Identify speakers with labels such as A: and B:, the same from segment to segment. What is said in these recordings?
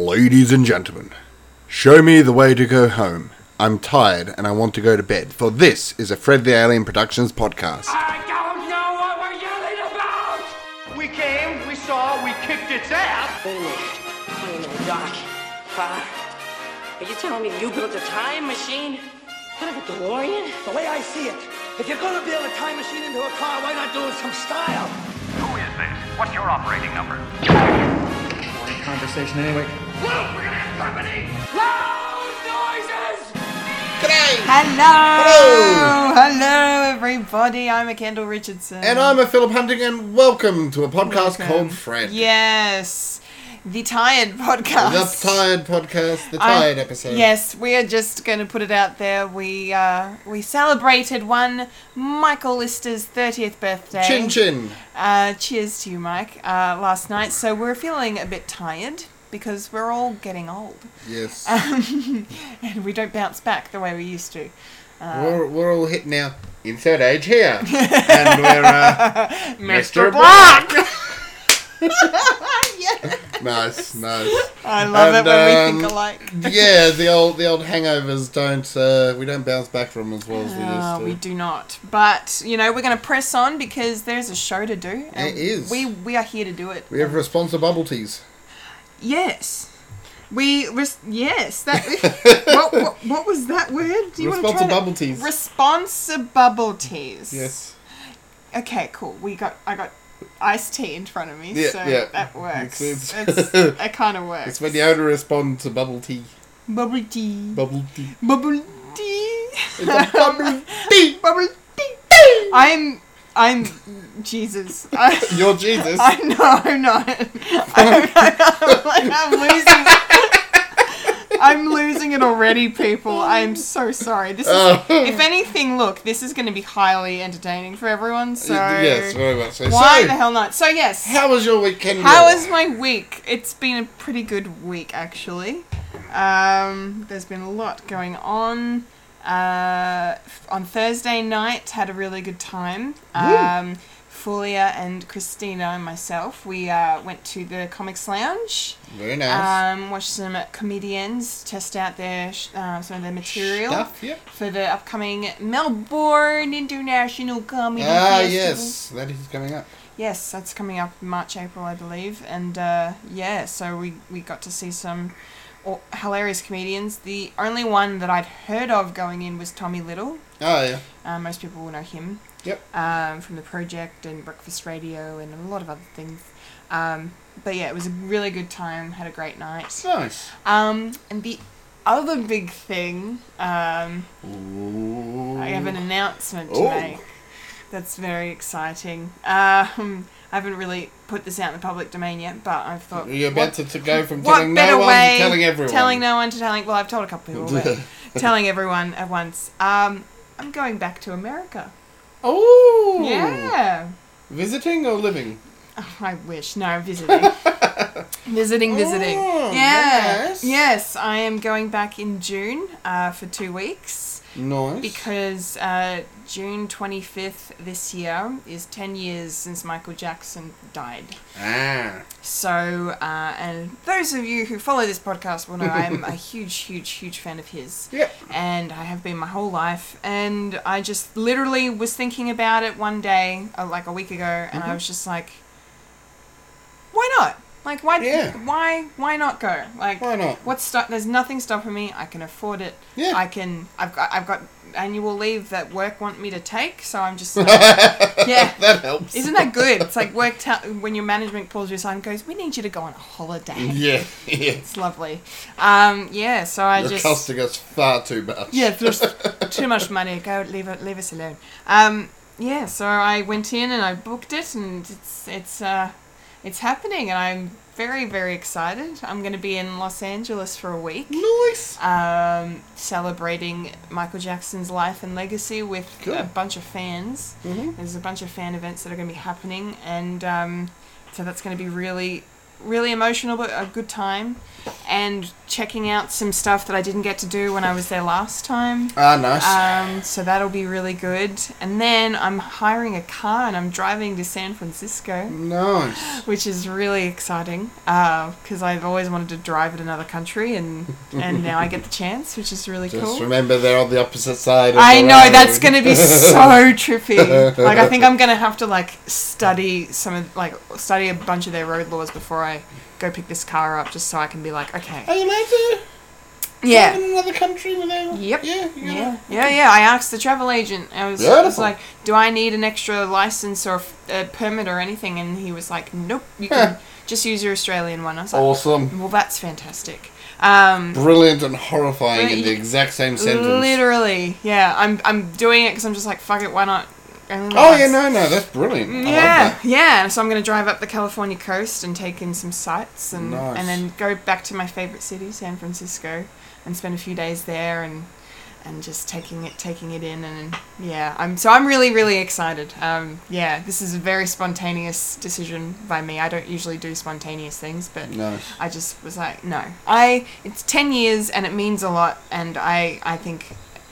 A: Ladies and gentlemen, show me the way to go home. I'm tired and I want to go to bed, for this is a Fred the Alien Productions podcast.
B: I don't know what we're yelling about!
C: We came, we saw, we kicked its ass.
D: Wait a minute. Wait a minute, Doc. Uh, are you telling me you built a time machine? Kind of a DeLorean?
E: The way I see it, if you're gonna build a time machine into a car, why not do it some style?
F: Who is this? What's your operating number?
G: conversation anyway.
B: Luke, we're gonna have company! Loud noises!
H: Hello! Hello, everybody. I'm a Kendall Richardson.
A: And I'm a Philip Hunting, and welcome to a podcast
H: Welcome.
A: called Fred.
H: Yes. The Tired
A: The
H: Podcast.
A: Tired Podcast, the
H: I-
A: Tired episode.
H: Yes, we are just going to put it out there. We uh, we celebrated one Michael Lister's 30th birthday.
A: Chin Chin.
H: Uh, cheers to you, Mike, uh, last night. So we're feeling a bit tired because we're all getting old
A: Yes.
H: Uh-huh. and we don't bounce back the way we used to.
A: we're, we're all hit now. Insert age here. and we're, uh, Mr.
H: Black! yeah.
A: nice, nice.
H: I love
A: And,
H: it when we
A: um,
H: think alike.
A: Yeah, the old the old hangovers don't, uh, we don't bounce back from as well as we used
H: Uh,
A: to.
H: we do not. But, you know, we're going to press on because there's a show to do.
A: There is.
H: We, we are here to do it.
A: We have responsible bubble teas.
H: yes. We res- yes that what, what what was that word? Do wanna try that?
A: Responsibilities.
H: Responsibilities.
A: Yes.
H: Okay. Cool. We got I got iced tea in front of me,
A: Yeah,
H: so
A: yeah.
H: that works.
A: It's-
H: It's,
A: it's-
H: it kind of works.
A: It's when you only respond to bubble tea.
H: bubble tea.
A: Bubble tea.
H: bubble tea.
A: It's a bubble tea.
H: bubble tea. I'm I'm Jesus. I-
A: You're Jesus.
H: I know I'm not. I'm, I'm, like, I'm losing. I'm losing it already, people. I'm so sorry. This is,
A: Oh.
H: if anything, look, this is going to be highly entertaining for everyone. So
A: yes, very much so.
H: why
A: so,
H: the hell not? So yes,
A: How was your weekend?
H: how is my week? It's been a pretty good week, actually. Um, there's been a lot going on. Uh, f- on Thursday night, had a really good time. Um, Fulia and Christina and myself, we uh, went to the Comics Lounge,
A: Very nice.
H: um, watched some comedians test out their sh- uh, some of their material
A: Stuff, yep.
H: for the upcoming Melbourne International Comedy
A: Ah,
H: Festival.
A: yes. That is coming up.
H: Yes, that's coming up in March, April, I believe. And uh, yeah, so we, we got to see some aw- hilarious comedians. The only one that I'd heard of going in was Tommy Little.
A: Oh, yeah.
H: Uh, most people will know him
A: Yep.
H: um, from The Project and Breakfast Radio and a lot of other things. Um, but yeah, it was a really good time, had a great night.
A: Nice.
H: Um, and the other big thing, um, I have an announcement to
A: Ooh.
H: make. That's very exciting. Um, I haven't really put this out in the public domain yet, but I've thought.
A: You're
H: what-
A: about to, to go from
H: what
A: telling
H: better
A: no one
H: way
A: to telling everyone.
H: Telling no one to telling. Well, I've told a couple people, but telling everyone at once. Um, I'm going back to America.
A: Oh.
H: Yeah. Oh,
A: Visiting or living?
H: I wish. No, visiting. visiting, visiting.
A: Oh,
H: yeah.
A: nice.
H: Yes, I am going back in June uh, for two weeks
A: Nice.
H: because uh, June 25th this year is 10 years since Michael Jackson died.
A: ah.
H: So, uh, and those of you who follow this podcast will know I'm a huge, huge, huge fan of his.
A: Yep.
H: And I have been my whole life. And I just literally was thinking about it one day, uh, like a week ago, and
A: Mm-hmm.
H: I was just like, why not? Like, why,
A: Yeah.
H: why, why not go? Like,
A: Why not?
H: What's sto- there's nothing stopping me. I can afford it.
A: Yeah.
H: I can. I've got. I've got annual leave that work want me to take. So I'm just. Like, yeah.
A: That helps.
H: Isn't that good? It's like worked out when your management pulls you aside and goes, "We need you to go on a holiday."
A: Yeah. yeah.
H: It's lovely. Um, yeah, so I
A: You're
H: just
A: costing us far too much.
H: yeah, there's too much money. Go leave it, leave us alone. Um, yeah, so I went in and I booked it, and it's it's uh, it's happening, and I'm very very excited. I'm going to be in Los Angeles for a week.
A: Nice.
H: Um, celebrating Michael Jackson's life and legacy with
A: Cool. Mm-hmm.
H: a bunch of fans. There's a bunch of fan events that are going to be happening, and um, so that's going to be really, really emotional, but a good time. and checking out some stuff that I didn't get to do when I was there last time.
A: Ah, nice.
H: Um, so that'll be really good. And then I'm hiring a car and I'm driving to San Francisco,
A: nice.
H: which is really exciting because I've always wanted to drive in another country and and now I get the chance, which is really
A: Just
H: cool.
A: remember they're on the opposite side. Of
H: I
A: the
H: know
A: road.
H: that's going to be so trippy. Like I think I'm going to have to like study some of like study a bunch of their road laws before I go pick this car up, just so I can be like,
A: Are
H: okay,
A: you allowed to live
H: yeah.
A: in another country without?
H: Yep.
A: Yeah. you gotta-
H: Yeah, yeah, yeah. I asked the travel agent. I was, I was
A: Beautiful.
H: like, "Do I need an extra license or a permit or anything?" And he was like, "Nope, you can
A: Huh.
H: just use your Australian one." I was like,
A: Awesome.
H: "Well, that's fantastic." Um,
A: Brilliant and horrifying in the
H: Right.
A: exact same sentence.
H: literally, yeah. I'm, I'm doing it because I'm just like, "Fuck it, why not?"
A: Oh yeah, no, no, that's brilliant. I love
H: Yeah,
A: that.
H: yeah. and So I'm going to drive up the California coast and take in some sights, and
A: Nice.
H: and then go back to my favorite city, San Francisco, and spend a few days there, and and just taking it taking it in, and yeah. I'm so I'm really really excited. Um, yeah, this is a very spontaneous decision by me. I don't usually do spontaneous things, but
A: Nice.
H: I just was like, no. I it's ten years and it means a lot, and I I think.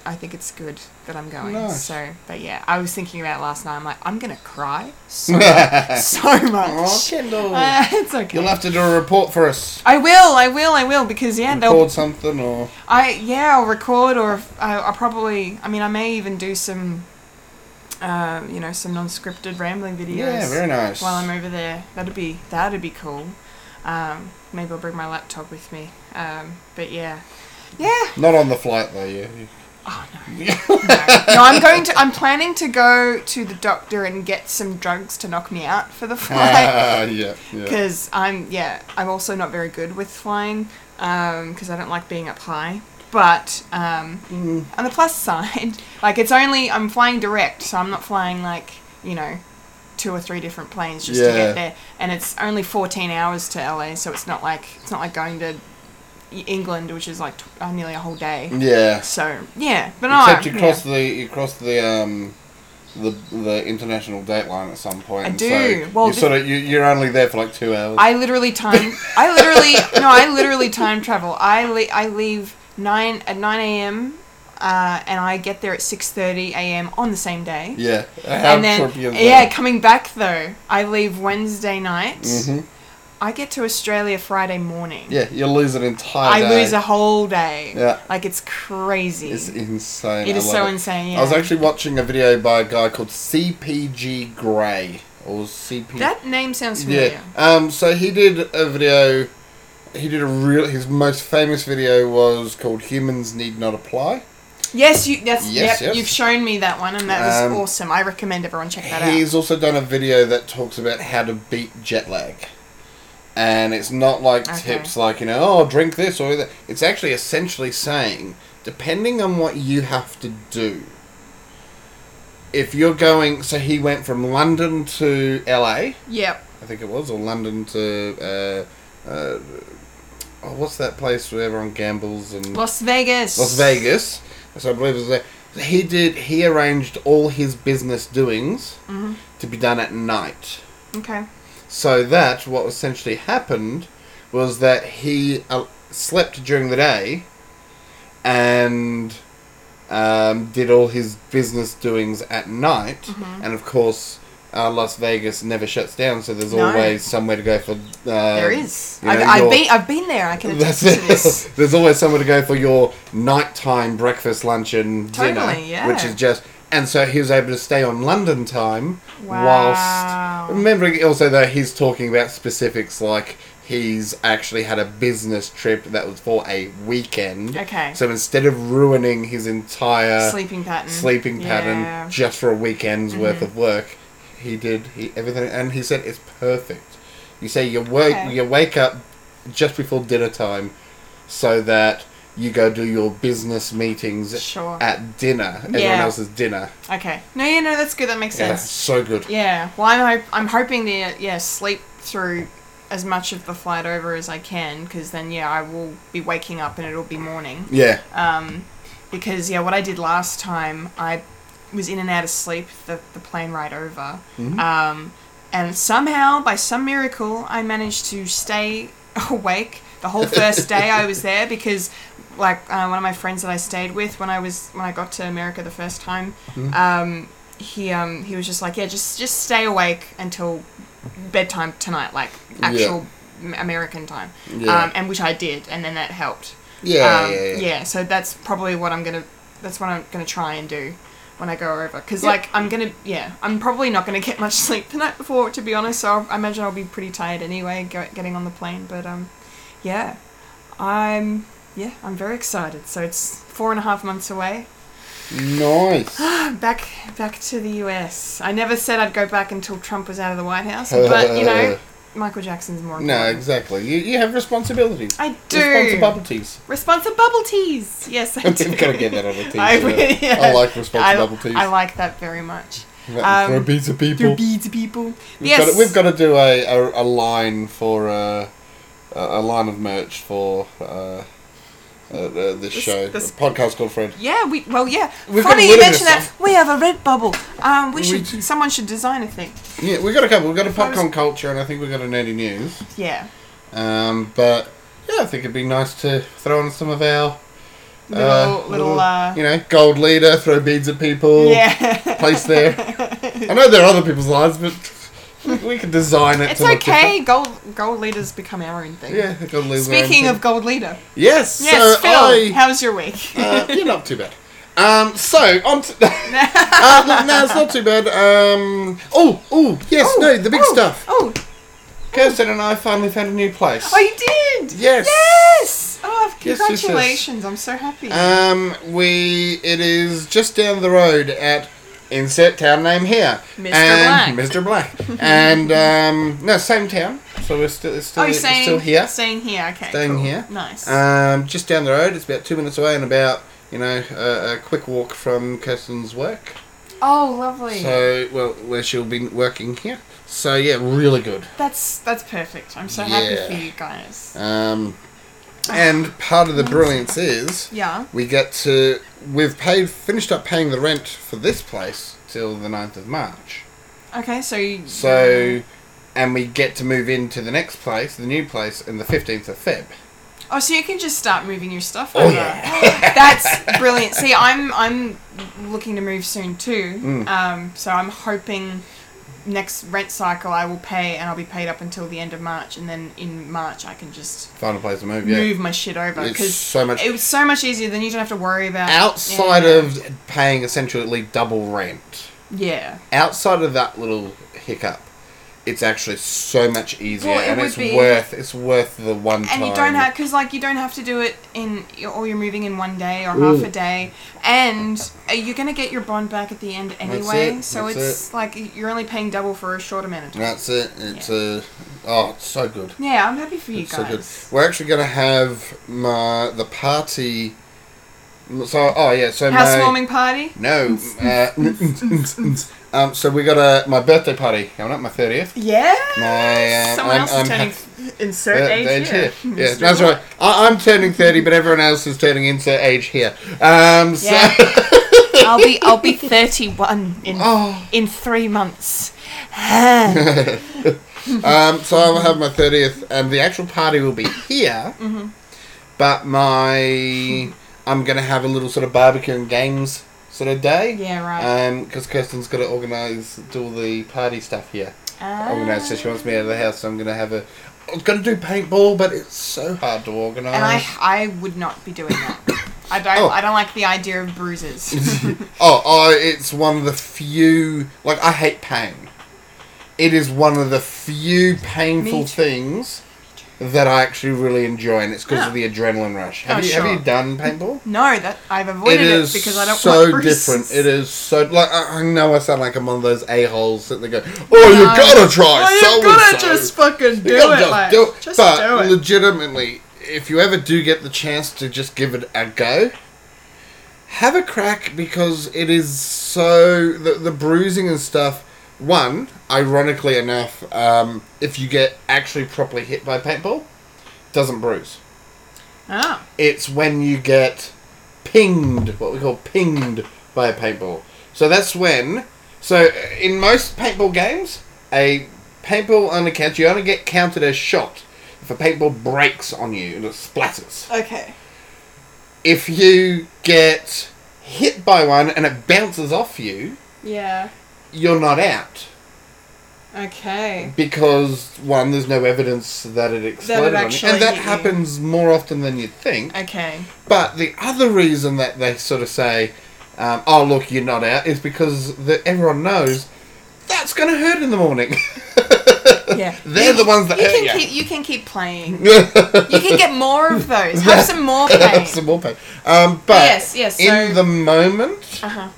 H: I think it's good that I'm going.
A: Nice.
H: So, but yeah, I was thinking about it last night. I'm like, I'm gonna cry so much. so much.
A: Aw, Kendall.
H: Uh, it's okay.
A: Oh, You'll have to do a report for us.
H: I will. I will. I will because yeah,
A: Record
H: they'll.
A: something or
H: I yeah, I'll record or if- I, I'll probably. I mean, I may even do some. Uh, you know, some non-scripted rambling videos.
A: yeah, very nice.
H: While I'm over there, that'd be that'd be cool. Um, maybe I'll bring my laptop with me. Um, but yeah, yeah.
A: Not on the flight though. Yeah.
H: no, I'm going to. I'm planning to go to the doctor and get some drugs to knock me out for the flight.
A: Ah, yeah. Yeah.
H: Because I'm, yeah, I'm also not very good with flying. Because I don't like being up high. But um,
A: Mm.
H: on the plus side, like it's only I'm flying direct, so I'm not flying like you know two or three different planes just to
A: Yeah.
H: get there, and it's only 14 hours to LA, so it's not like it's not like going to E-, England, which is like t- uh, nearly a whole day.
A: Yeah.
H: So yeah, but no,
A: Mm. Except you
H: yeah.
A: cross the you cross the um the the international date line at some point.
H: I
A: and
H: do.
A: So
H: Well,
A: you
H: thi-
A: sort of you, you're only there for like two hours.
H: I literally time. I literally no. I literally time travel. I le- I leave nine at nine a.m. Uh, and I get there at six thirty a.m. on the same day.
A: yeah. How
H: And then
A: trippy is
H: yeah,
A: that?
H: coming back though, I leave Wednesday night. I get to Australia Friday morning.
A: Mm-hmm. Yeah. You lose an entire.
H: I
A: day.
H: lose a whole day.
A: Yeah.
H: Like it's crazy.
A: It's insane.
H: It
A: I
H: is
A: love
H: so insane,
A: I was
H: yeah.
A: actually watching a video by a guy called CPG Grey or CP.
H: that name sounds familiar.
A: yeah. Um. So he did a video. He did a real. His most famous video was called "Humans Need Not Apply."
H: Yes, you. That's
A: Yes,
H: yep.
A: yes.
H: You've shown me that one, and that was
A: Um,
H: awesome. I recommend everyone check that out.
A: He's also done a video that talks about how to beat jet lag. And it's not like
H: Okay.
A: tips like, you know, oh, drink this or that. It's actually essentially saying, depending on what you have to do, if you're going. So he went from London to LA,
H: Yep.
A: I think it was, or London to. Uh, uh, oh, what's that place where everyone gambles and.
H: Las Vegas.
A: Las Vegas. So I believe it was there. He did. He arranged all his business doings
H: Mm-hmm.
A: to be done at night.
H: Okay.
A: So that what essentially happened was that he uh, slept during the day and um, did all his business doings at night.
H: Mm-hmm.
A: And of course, uh, Las Vegas never shuts down, so there's
H: No.
A: always somewhere to go for. Uh,
H: There is.
A: you know,
H: I've, I've
A: your-
H: been. I've been there. I can attest
A: that's
H: to this.
A: it. There's always somewhere to go for your nighttime breakfast, lunch, and dinner,
H: Totally, yeah.
A: which is just. And so he was able to stay on London time,
H: Wow.
A: whilst remembering also though he's talking about specifics like he's actually had a business trip that was for a weekend.
H: Okay.
A: So instead of ruining his entire
H: Sleeping pattern.
A: Uh, sleeping pattern
H: Yeah. Mm-hmm.
A: just for a weekend's worth of work. He did he, everything, and he said it's perfect. You say you wake
H: Okay.
A: you wake up just before dinner time, so that you go do your business meetings
H: Sure.
A: at dinner, everyone
H: Yeah.
A: else's dinner.
H: Okay. No, yeah, no, that's good. That makes
A: Yeah,
H: sense.
A: so good.
H: Yeah. Well, I'm. Ho- I'm hoping to uh, yeah sleep through as much of the flight over as I can, because then yeah I will be waking up and it'll be morning.
A: Yeah,
H: um, because yeah, what I did last time, I was in and out of sleep the, the plane ride over, um, and somehow by some miracle, I managed to stay awake the whole first day I was there because, like, uh, one of my friends that I stayed with when I was when I got to America the first time, um, he um, he was just like, yeah, just just stay awake until bedtime tonight, like actual m American time,
A: Yeah.
H: um, and which I did, and then that helped.
A: Yeah,
H: um,
A: yeah, yeah.
H: So that's probably what I'm gonna. That's what I'm gonna try and do when I go over. Cause like I'm gonna, yeah, I'm probably not gonna get much sleep the night before, to be honest. So I'll, I imagine I'll be pretty tired anyway, go, getting on the plane. But um, yeah, I'm yeah, I'm very excited. So it's four and a half months away.
A: Nice.
H: Back back to the U.S. I never said I'd go back until Trump was out of the White House, but you know, Michael Jackson's more
A: No,
H: important.
A: exactly. You, you have responsibilities.
H: I do.
A: Responsibilities.
H: Responsible bubble teas. Yes, I do.
A: You've got to get that on a t-shirt.
H: I, will, yeah.
A: I like
H: I-
A: responsibilities.
H: I, like um, that very much.
A: That- for a pizza people.
H: They're beads people.
A: We've,
H: yes.
A: got to, we've got to do a, a, a line for uh, a, a line of merch for uh, uh, uh, this, show.
H: this-
A: a podcast called Fred.
H: yeah, we well yeah.
A: We've got
H: Funny you
A: Willingness
H: mention that. We have a red bubble. Um, we,
A: We
H: should
A: do.
H: someone should design a thing.
A: Yeah, we've got a couple. We've got a
H: I was-
A: popcorn culture, and I think we've got a nerdy news.
H: Yeah.
A: Um, but yeah, I think it'd be nice to throw in some of our
H: Little little uh
A: you know gold leader, throw beads at people,
H: yeah.
A: place there. I know there are other people's lives, but we can design it.
H: It's
A: to look
H: okay.
A: different.
H: Gold gold leaders become our own thing.
A: Yeah, gold leader's our own
H: Speaking
A: thing.
H: of gold leader.
A: yes,
H: Yes,
A: so
H: Phil.
A: I-
H: How's your week?
A: Uh, you're not too bad. Um, so on. To, uh, no, no, it's not too bad. Um, oh, oh, yes,
H: Oh,
A: no, the big
H: oh,
A: stuff.
H: Oh,
A: Kirsten and I finally found a new place.
H: oh, you did.
A: Yes.
H: Yes. Oh,
A: Yes, yes, yes.
H: congratulations! I'm so happy.
A: Um, we it is just down the road at insert town name here.
H: Mr.
A: And
H: Black.
A: Mr. Black. and um, no, same town. So we're still it's still,
H: oh, you're
A: it's
H: staying,
A: still here.
H: Staying here. Okay.
A: Staying
H: cool.
A: here.
H: Nice.
A: Um, just down the road. It's about two minutes away, and about you know a, a quick walk from Kirsten's work.
H: oh, lovely.
A: So, well, where she'll be working here. So, yeah, really good.
H: That's that's perfect. I'm so
A: Yeah.
H: happy for you guys.
A: Um, and part of the brilliance is
H: Yeah.
A: we get to we've paid finished up paying the rent for this place till the 9th of March.
H: Okay, so you,
A: So, and we get to move into the next place, the new place, in the 15th of Feb.
H: oh, so you can just start moving your stuff.
A: Oh,
H: over.
A: yeah.
H: that's brilliant. See, I'm I'm looking to move soon too.
A: Mm.
H: Um, so I'm hoping next rent cycle I will pay and I'll be paid up until the end of March, and then in March I can just
A: Final place to move, yeah.
H: move my shit over
A: It's
H: because
A: so much-
H: it was so much easier. Then you don't have to worry about
A: Outside
H: Yeah.
A: of paying essentially double rent,
H: yeah.
A: outside of that little hiccup, it's actually so much easier,
H: Well, it
A: and
H: would
A: it's
H: be.
A: worth it's worth the one time.
H: and you don't have because like you don't have to do it in or you're moving in one day or
A: Mm.
H: half a day and uh, you're gonna get your bond back at the end anyway
A: it,
H: so
A: that's
H: it's like you're only paying double for a short amount of time
A: That's it. It's uh oh, it's so good.
H: yeah i'm happy for you
A: It's so good.
H: guys
A: We're actually gonna have my the party. So oh yeah, so my
H: housewarming party
A: no. Uh, um, so we got a my birthday party coming up, my thirtieth.
H: yeah
A: My, um,
H: someone
A: I'm-
H: else
A: I'm
H: is turning
A: ha-
H: insert age, here.
A: Yeah,
H: Mr.
A: that's right. I, I'm turning thirty, but everyone else is turning into age here. Um, so
H: Yeah. i'll be i'll be 31 in
A: oh.
H: in three months
A: Um, so I will have my thirtieth, and the actual party will be here.
H: Mm-hmm.
A: But my, I'm gonna have a little sort of barbecue and games sort of day.
H: Yeah, right.
A: Um, because Kirsten's gotta organise do all the party stuff here.
H: Ah.
A: Organise. So she wants me out of the house. So I'm gonna have a. I was gonna do paintball, but it's so hard to organise.
H: and i i would not be doing that I don't,
A: Oh.
H: I don't like the idea of bruises.
A: Oh, oh, it's one of the few. Like, I hate pain. It is one of the few painful
H: too.
A: things that I actually really enjoy, and it's because
H: Ah.
A: of the adrenaline rush. Have,
H: Oh,
A: you, have
H: sure.
A: you done paintball?
H: no, that I've avoided it, because I don't
A: so
H: want bruises.
A: different. It is so like I, I know I sound like I'm one of those a holes that they go, "Oh, you gotta try."
H: Well, you
A: so and
H: gotta
A: so."
H: just fucking do
A: You
H: it.
A: gotta just
H: like,
A: do it.
H: Just
A: but
H: do it.
A: legitimately, if you ever do get the chance to just give it a go, have a crack because it is so the the bruising and stuff. One, ironically enough, um, if you get actually properly hit by paintball, doesn't bruise.
H: Ah,
A: It's when you get pinged, what we call pinged by a paintball. So that's when. So in most paintball games, a paintball only counts. You only get counted as shot. if a paintball breaks on you and it splatters,
H: Okay.
A: if you get hit by one and it bounces off you,
H: Yeah.
A: you're not out.
H: Okay.
A: Because one, there's no evidence that it exploded, on you.
H: actually
A: and that
H: hit you.
A: happens more often than you'd think.
H: Okay.
A: But the other reason that they sort of say, um, "Oh, look, you're not out," is because the, everyone knows that's going to hurt in the morning.
H: Yeah.
A: They're the ones that
H: You
A: hurt
H: can
A: you.
H: keep you can keep playing. you can get more of those. Have some more pain.
A: Some more pain. Um, but
H: Yes, yes, so-
A: in the moment,
H: Uh-huh.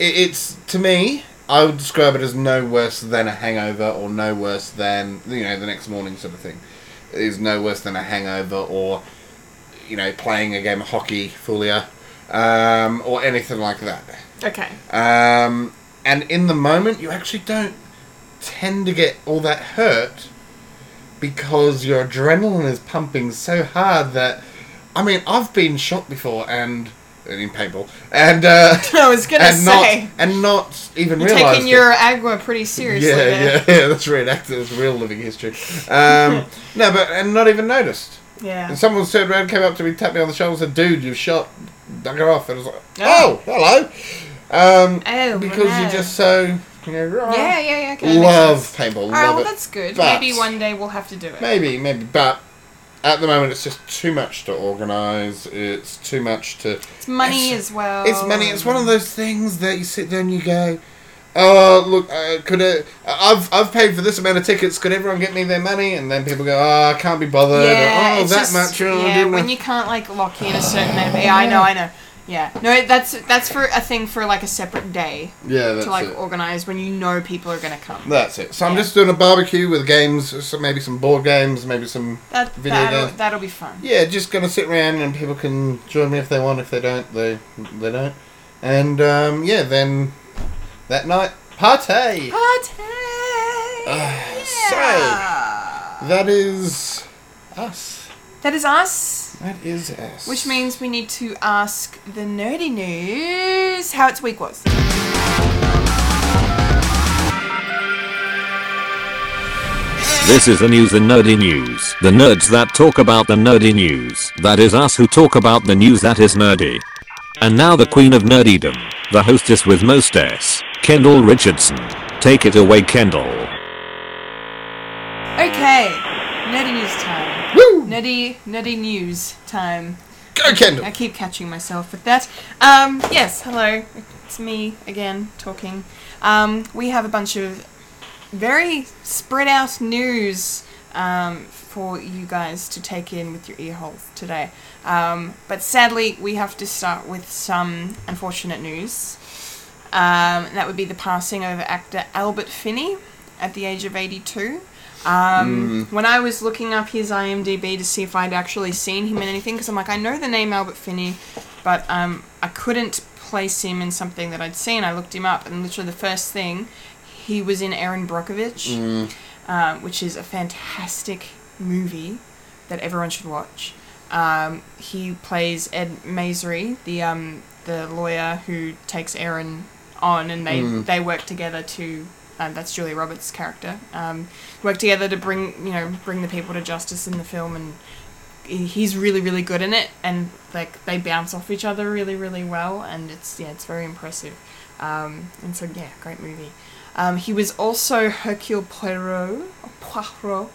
A: it, it's to me. I would describe it as no worse than a hangover, or no worse than you know the next morning sort of thing. It is no worse than a hangover, or you know playing a game of hockey, Fulia, um, or anything like that.
H: Okay.
A: Um, and in the moment, you actually don't tend to get all that hurt because your adrenaline is pumping so hard that, I mean, I've been shot before and in paintball and uh,
H: I was gonna
A: and not
H: say
A: and not even realized
H: taking
A: it.
H: your agua pretty seriously.
A: yeah,
H: there.
A: yeah, yeah, that's reenacted. It's real living history. Um, no, but and not even noticed.
H: Yeah.
A: And someone turned around, came up to me, tapped me on the shoulder, and said, "Dude, you shot, dug her off." And I was like, "Oh,
H: Oh.
A: hello." Um,
H: Oh,
A: because
H: well,
A: you're
H: no.
A: just so you know. ah, rah.
H: Yeah, yeah, yeah. Okay, that makes
A: love
H: sense.
A: paintball.
H: All
A: Love
H: right, well,
A: it.
H: that's good.
A: But-
H: Maybe one day we'll have to do it.
A: Maybe, maybe, but at the moment it's just too much to organise. It's too much to.
H: It's money as well.
A: It's money. It's
H: Um.
A: one of those things that you sit there and you go, "Oh, look, uh, could it, I've I've paid for this amount of tickets. Could everyone get me their money?" And then people go, "Oh, I can't be bothered." or,
H: Yeah,
A: oh,
H: it's
A: that
H: just-
A: much. Oh, I
H: yeah,
A: didn't
H: when
A: know."
H: you can't like lock in a certain amount. of- Yeah, I know, I know. Yeah, no, that's that's for a thing for like a separate day
A: yeah, that's
H: to like
A: it.
H: organize when you know people are gonna come.
A: That's it. So I'm
H: Yeah.
A: just doing a barbecue with games, so maybe some board games, maybe some.
H: That
A: Video
H: that'll,
A: game.
H: that'll be fun.
A: Yeah, just gonna sit around and people can join me if they want. If they don't, they they don't. And um, yeah, then that night
H: Oh,
A: party.
H: Party.
A: Uh, so-
H: Yeah.
A: That is us.
H: that is us.
A: That is us.
H: Which means we need to ask the nerdy news how its week was.
G: This is the news in nerdy news. The nerds that talk about the nerdy news. That is us who talk about the news that is nerdy. And now the queen of nerdydom, the hostess with most S, Kendall Richardson. Take it away, Kendall.
H: Okay, nerdy news time.
A: Woo!
H: Nerdy nerdy news time.
A: Go Kendall.
H: I keep catching myself with that. Um, yes, hello. It's me again talking. Um, we have a bunch of very spread out news um, for you guys to take in with your ear holes today. Um, but sadly, we have to start with some unfortunate news. Um, that would be the passing of actor Albert Finney at the age of 82. Um, When I was looking up his IMDb to see if I'd actually seen him in anything, because I'm like, I know the name Albert Finney, but um, I couldn't place him in something that I'd seen. I looked him up, and literally the first thing, he was in Aaron Brockovich, um, which is a fantastic movie that everyone should watch. Um, he plays Ed Masery, the um, the lawyer who takes Aaron on, and they they work together to. Um, that's Julia Roberts' character. Um, work together to bring you know bring the people to justice in the film, and he- he's really really good in it, and like they bounce off each other really really well, and it's yeah it's very impressive. Um, and so yeah, great movie. Um, he was also Hercule Poirot, or Poirot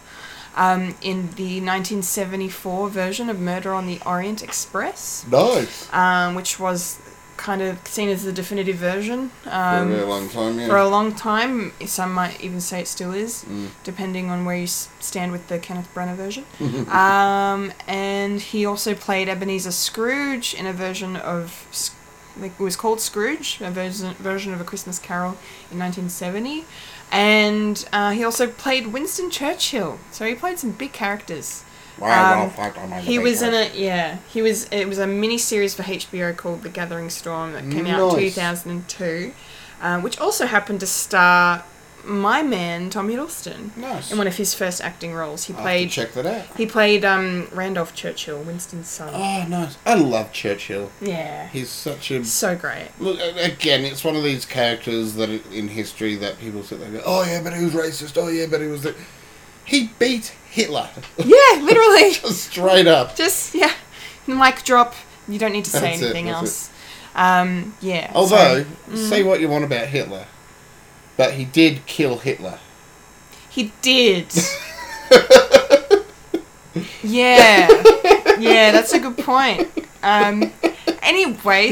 H: um, in the 1974 version of Murder on the Orient Express,
A: nice.
H: um, which was kind of seen as the definitive version um,
A: For a real long time, yeah.
H: for a long time. Some might even say it still is, depending on where you s- stand with the Kenneth Branagh version. um, and he also played Ebenezer Scrooge in a version of. Sc- Like, it was called Scrooge, a version, version of A Christmas Carol in 1970. And uh, he also played Winston Churchill. So he played some big characters.
A: Wow,
H: Um,
A: wow, wow, wow,
H: He
A: wow,
H: was
A: wow.
H: in a yeah. He was it was a mini series for HBO called The Gathering Storm that came out in
A: Nice.
H: 2002, uh, which also happened to star my man Tom Hiddleston
A: Nice.
H: in one of his first acting roles. He
A: I'll have to
H: played
A: check that out.
H: he played um, Randolph Churchill, Winston's son.
A: Oh, nice. I love Churchill.
H: Yeah,
A: He's such a
H: so great.
A: Look, a- again, it's one of these characters that i- in history that people sit there and go, oh yeah, but he was racist, oh yeah, but he was. The... He beat Hitler.
H: Yeah, literally.
A: Straight up.
H: Just yeah, mic drop. You don't need to say
A: That's it,
H: anything
A: that's
H: else. Um, yeah. so-
A: Although, say mm. what you want about Hitler, but he did kill Hitler.
H: He did. yeah. Yeah, that's a good point. Um, anyway,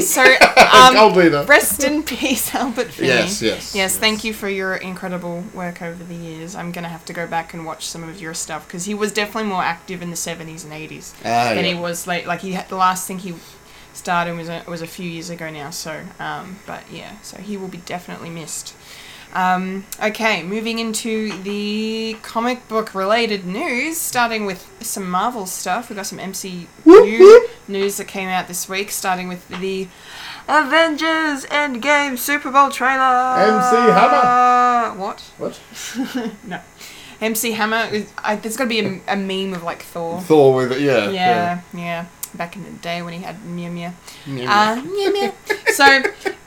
H: so
A: I'll
H: um,
A: be there.
H: rest in peace, Albert Finney.
A: Yes, yes,
H: Yes,
A: yes.
H: thank you for your incredible work over the years. I'm going to have to go back and watch some of your stuff because he was definitely more active in the 70s and 80s
A: Ah,
H: than he
A: yeah.
H: was late. Like, he had, the last thing he starred in was a, was a few years ago now, so, um, but yeah, so he will be definitely missed. Um, okay, moving into the comic book related news, starting with some Marvel stuff. We've got some MCU news that came out this week, starting with the Avengers Endgame Super Bowl trailer.
A: MC Hammer.
H: What?
A: What?
H: No. MC Hammer. is- I, there's got to be a, a meme of like Thor.
A: Thor with it, yeah.
H: Uh, Yeah, yeah. Back in the day when he had Mew Mew.
A: Mew
H: Uh, meow, meow. So,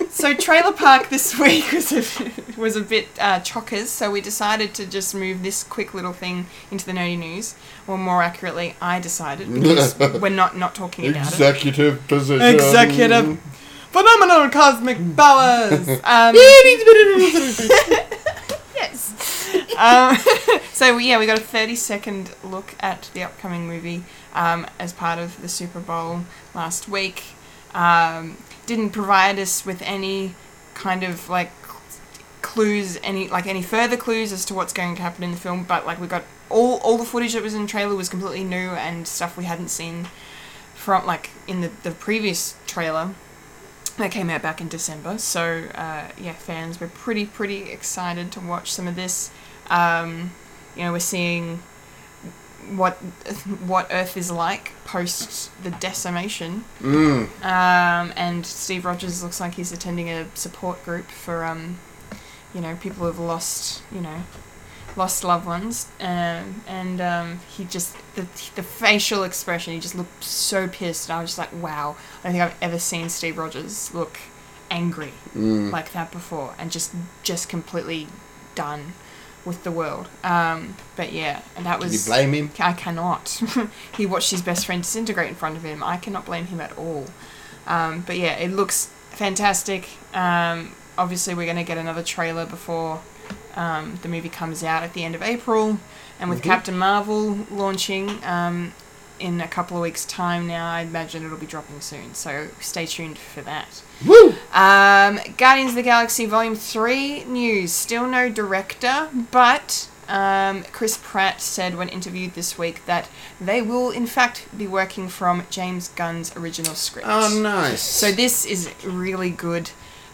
H: so Trailer Park this week was a, was a bit uh, chockers, so we decided to just move this quick little thing into the nerdy news. Or more accurately, I decided because we're not not talking about it.
A: Executive position.
H: Executive phenomenal cosmic powers. Um, yes. Um, so yeah, we got a thirty-second look at the upcoming movie um, as part of the Super Bowl last week. Um, didn't provide us with any kind of like clues any like any further clues as to what's going to happen in the film but like we got all all the footage that was in the trailer was completely new and stuff we hadn't seen from like in the, the previous trailer that came out back in December. So uh, yeah, fans were pretty pretty excited to watch some of this. Um, you know, we're seeing what what Earth is like post the decimation. Um, and Steve Rogers looks like he's attending a support group for um, you know people who've lost you know lost loved ones, um, and um, he just the the facial expression. He just looked so pissed, and I was just like, wow. I don't think I've ever seen Steve Rogers look angry
A: Mm.
H: like that before, and just just completely done with the world. Um, but yeah, and that
A: Can
H: was
A: you blame him?
H: I cannot. he watched his best friend disintegrate in front of him. I cannot blame him at all. Um, but yeah, it looks fantastic. Um, obviously, we're going to get another trailer before um, the movie comes out at the end of April, and
A: Mm-hmm.
H: with Captain Marvel launching um, in a couple of weeks' time now, I imagine it'll be dropping soon. So stay tuned for that.
A: Woo!
H: Um, Guardians of the Galaxy Volume 3 news. Still no director, but um, Chris Pratt said when interviewed this week that they will, in fact, be working from James Gunn's original script.
A: Oh, nice.
H: So this is really good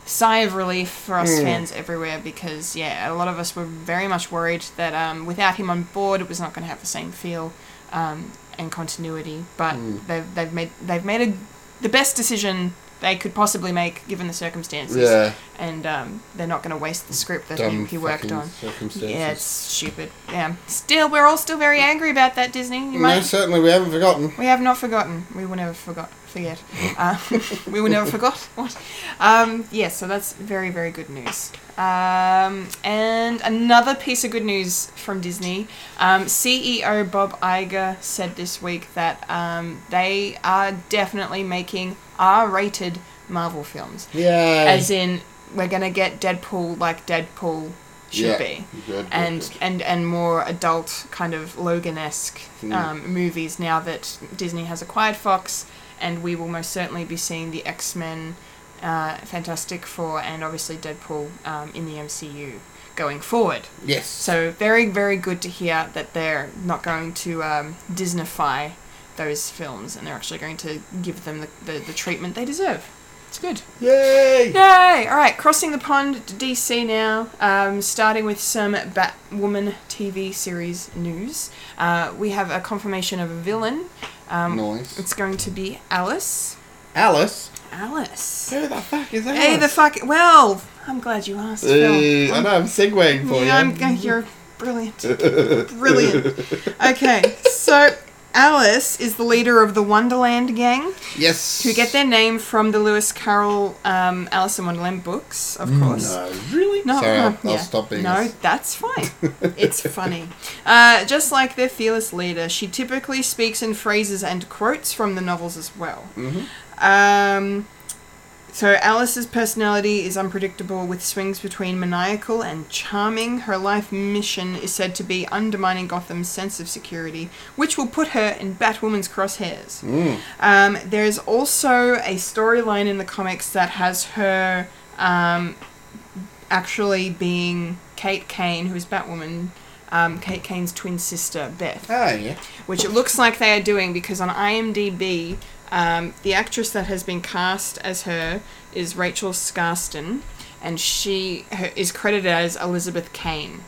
H: sigh of relief for us
A: Hmm.
H: fans everywhere because yeah, a lot of us were very much worried that um, without him on board, it was not going to have the same feel um, and continuity. But
A: Hmm.
H: they've, they've made they've made a, the best decision they could possibly make given the circumstances.
A: Yeah.
H: and um, they're not going to waste the script that
A: Dumb
H: he, he worked
A: fucking
H: on.
A: circumstances.
H: Yeah, it's stupid. Yeah, still we're all still very angry about that Disney. You
A: no,
H: might
A: certainly we haven't forgotten.
H: we have not forgotten. We will never forgot. Forget. Uh, we will never forgot. What? Um, yeah, so that's very, very good news. Um, and another piece of good news from Disney. Um, CEO Bob Iger said this week that um, they are definitely making R-rated Marvel films.
A: Yeah.
H: As in, we're gonna get Deadpool like Deadpool should
A: Yeah,
H: be,
A: good,
H: and
A: good, good.
H: and and more adult kind of Logan esque um, movies now that Disney has acquired Fox, and we will most certainly be seeing the X Men, uh, Fantastic Four, and obviously Deadpool um, in the MCU going forward.
A: yes.
H: So very, very good to hear that they're not going to um, Disneyfy those films, and they're actually going to give them the, the, the treatment they deserve. It's good.
A: Yay!
H: Yay! All right, crossing the pond to DC now. Um, starting with some Batwoman TV series news. Uh, we have a confirmation of a villain. Um,
A: Nice.
H: It's going to be Alice.
A: Alice?
H: Alice.
A: Who the fuck is Alice?
H: Hey, the fuck. Well, I'm glad you asked.
A: Hey,
H: Phil.
A: I know, I'm segueing for
H: Yeah, I'm
A: you.
H: going. You're brilliant. Brilliant. Okay, so Alice is the leader of the Wonderland gang,
A: Yes.
H: who get their name from the Lewis Carroll um, Alice in Wonderland books,
A: Mm.
H: of course.
A: No, really?
H: No,
A: Sorry,
H: no,
A: I'll, I'll
H: yeah.
A: stop being.
H: No, that's fine. it's funny. Uh, just like their fearless leader, she typically speaks in phrases and quotes from the novels as well.
A: Mm-hmm.
H: Um, so Alice's personality is unpredictable, with swings between maniacal and charming. Her life mission is said to be undermining Gotham's sense of security, which will put her in Batwoman's crosshairs.
A: Mm.
H: Um, there is also a storyline in the comics that has her um, actually being Kate Kane, who is Batwoman, um, Kate Kane's twin sister, Beth
A: Ah, yeah.
H: which it looks like they are doing because on IMDb, um, the actress that has been cast as her is Rachel Scarston, and she her, is credited as Elizabeth Kane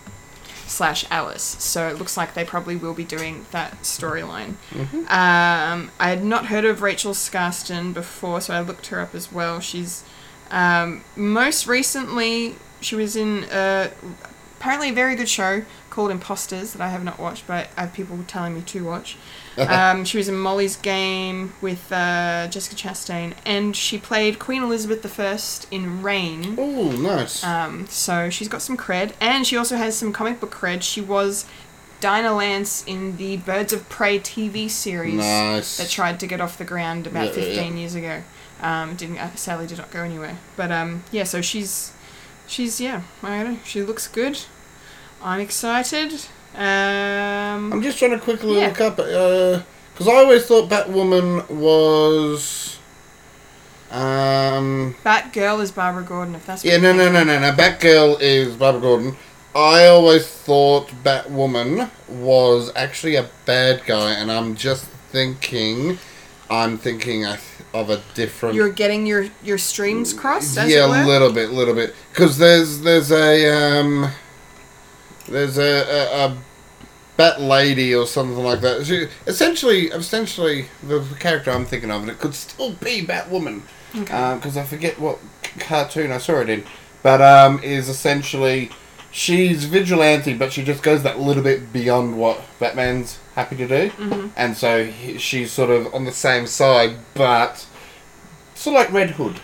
H: slash Alice. So it looks like they probably will be doing that storyline. Um, I had not heard of Rachel Scarston before, so I looked her up as well. She's um, most recently she was in uh, apparently a very good show called Imposters that I have not watched, but I have people telling me to watch. um, she was in Molly's Game with uh, Jessica Chastain, and she played Queen Elizabeth I in Rain.
A: Oh, nice.
H: Um, so she's got some cred, and she also has some comic book cred. She was Dinah Lance in the Birds of Prey TV series
A: Nice.
H: that tried to get off the ground about
A: Yeah, yeah, yeah.
H: 15 years ago. Um, didn't uh, sadly did not go anywhere. But um, yeah, so she's she's yeah, I don't know. She looks good. I'm excited. Um,
A: I'm just trying to quickly
H: Yeah.
A: look up because I always thought Batwoman was. Um.
H: Batgirl is Barbara Gordon. If that's what
A: Yeah,
H: you
A: no,
H: think.
A: no, no, no, no. Batgirl is Barbara Gordon. I always thought Batwoman was actually a bad guy, and I'm just thinking, I'm thinking I th- of a different.
H: You're getting your your streams crossed. As
A: yeah,
H: it
A: a
H: were.
A: little bit, little bit. Because there's there's a um, there's a, a, a bat lady or something like that. She, essentially, essentially, the, the character I'm thinking of, and it could still be Batwoman. Because I forget what c- cartoon I saw it in, but um, is essentially she's vigilante, but she just goes that little bit beyond what Batman's happy to do, and so he, she's sort of on the same side, but sort of like Red Hood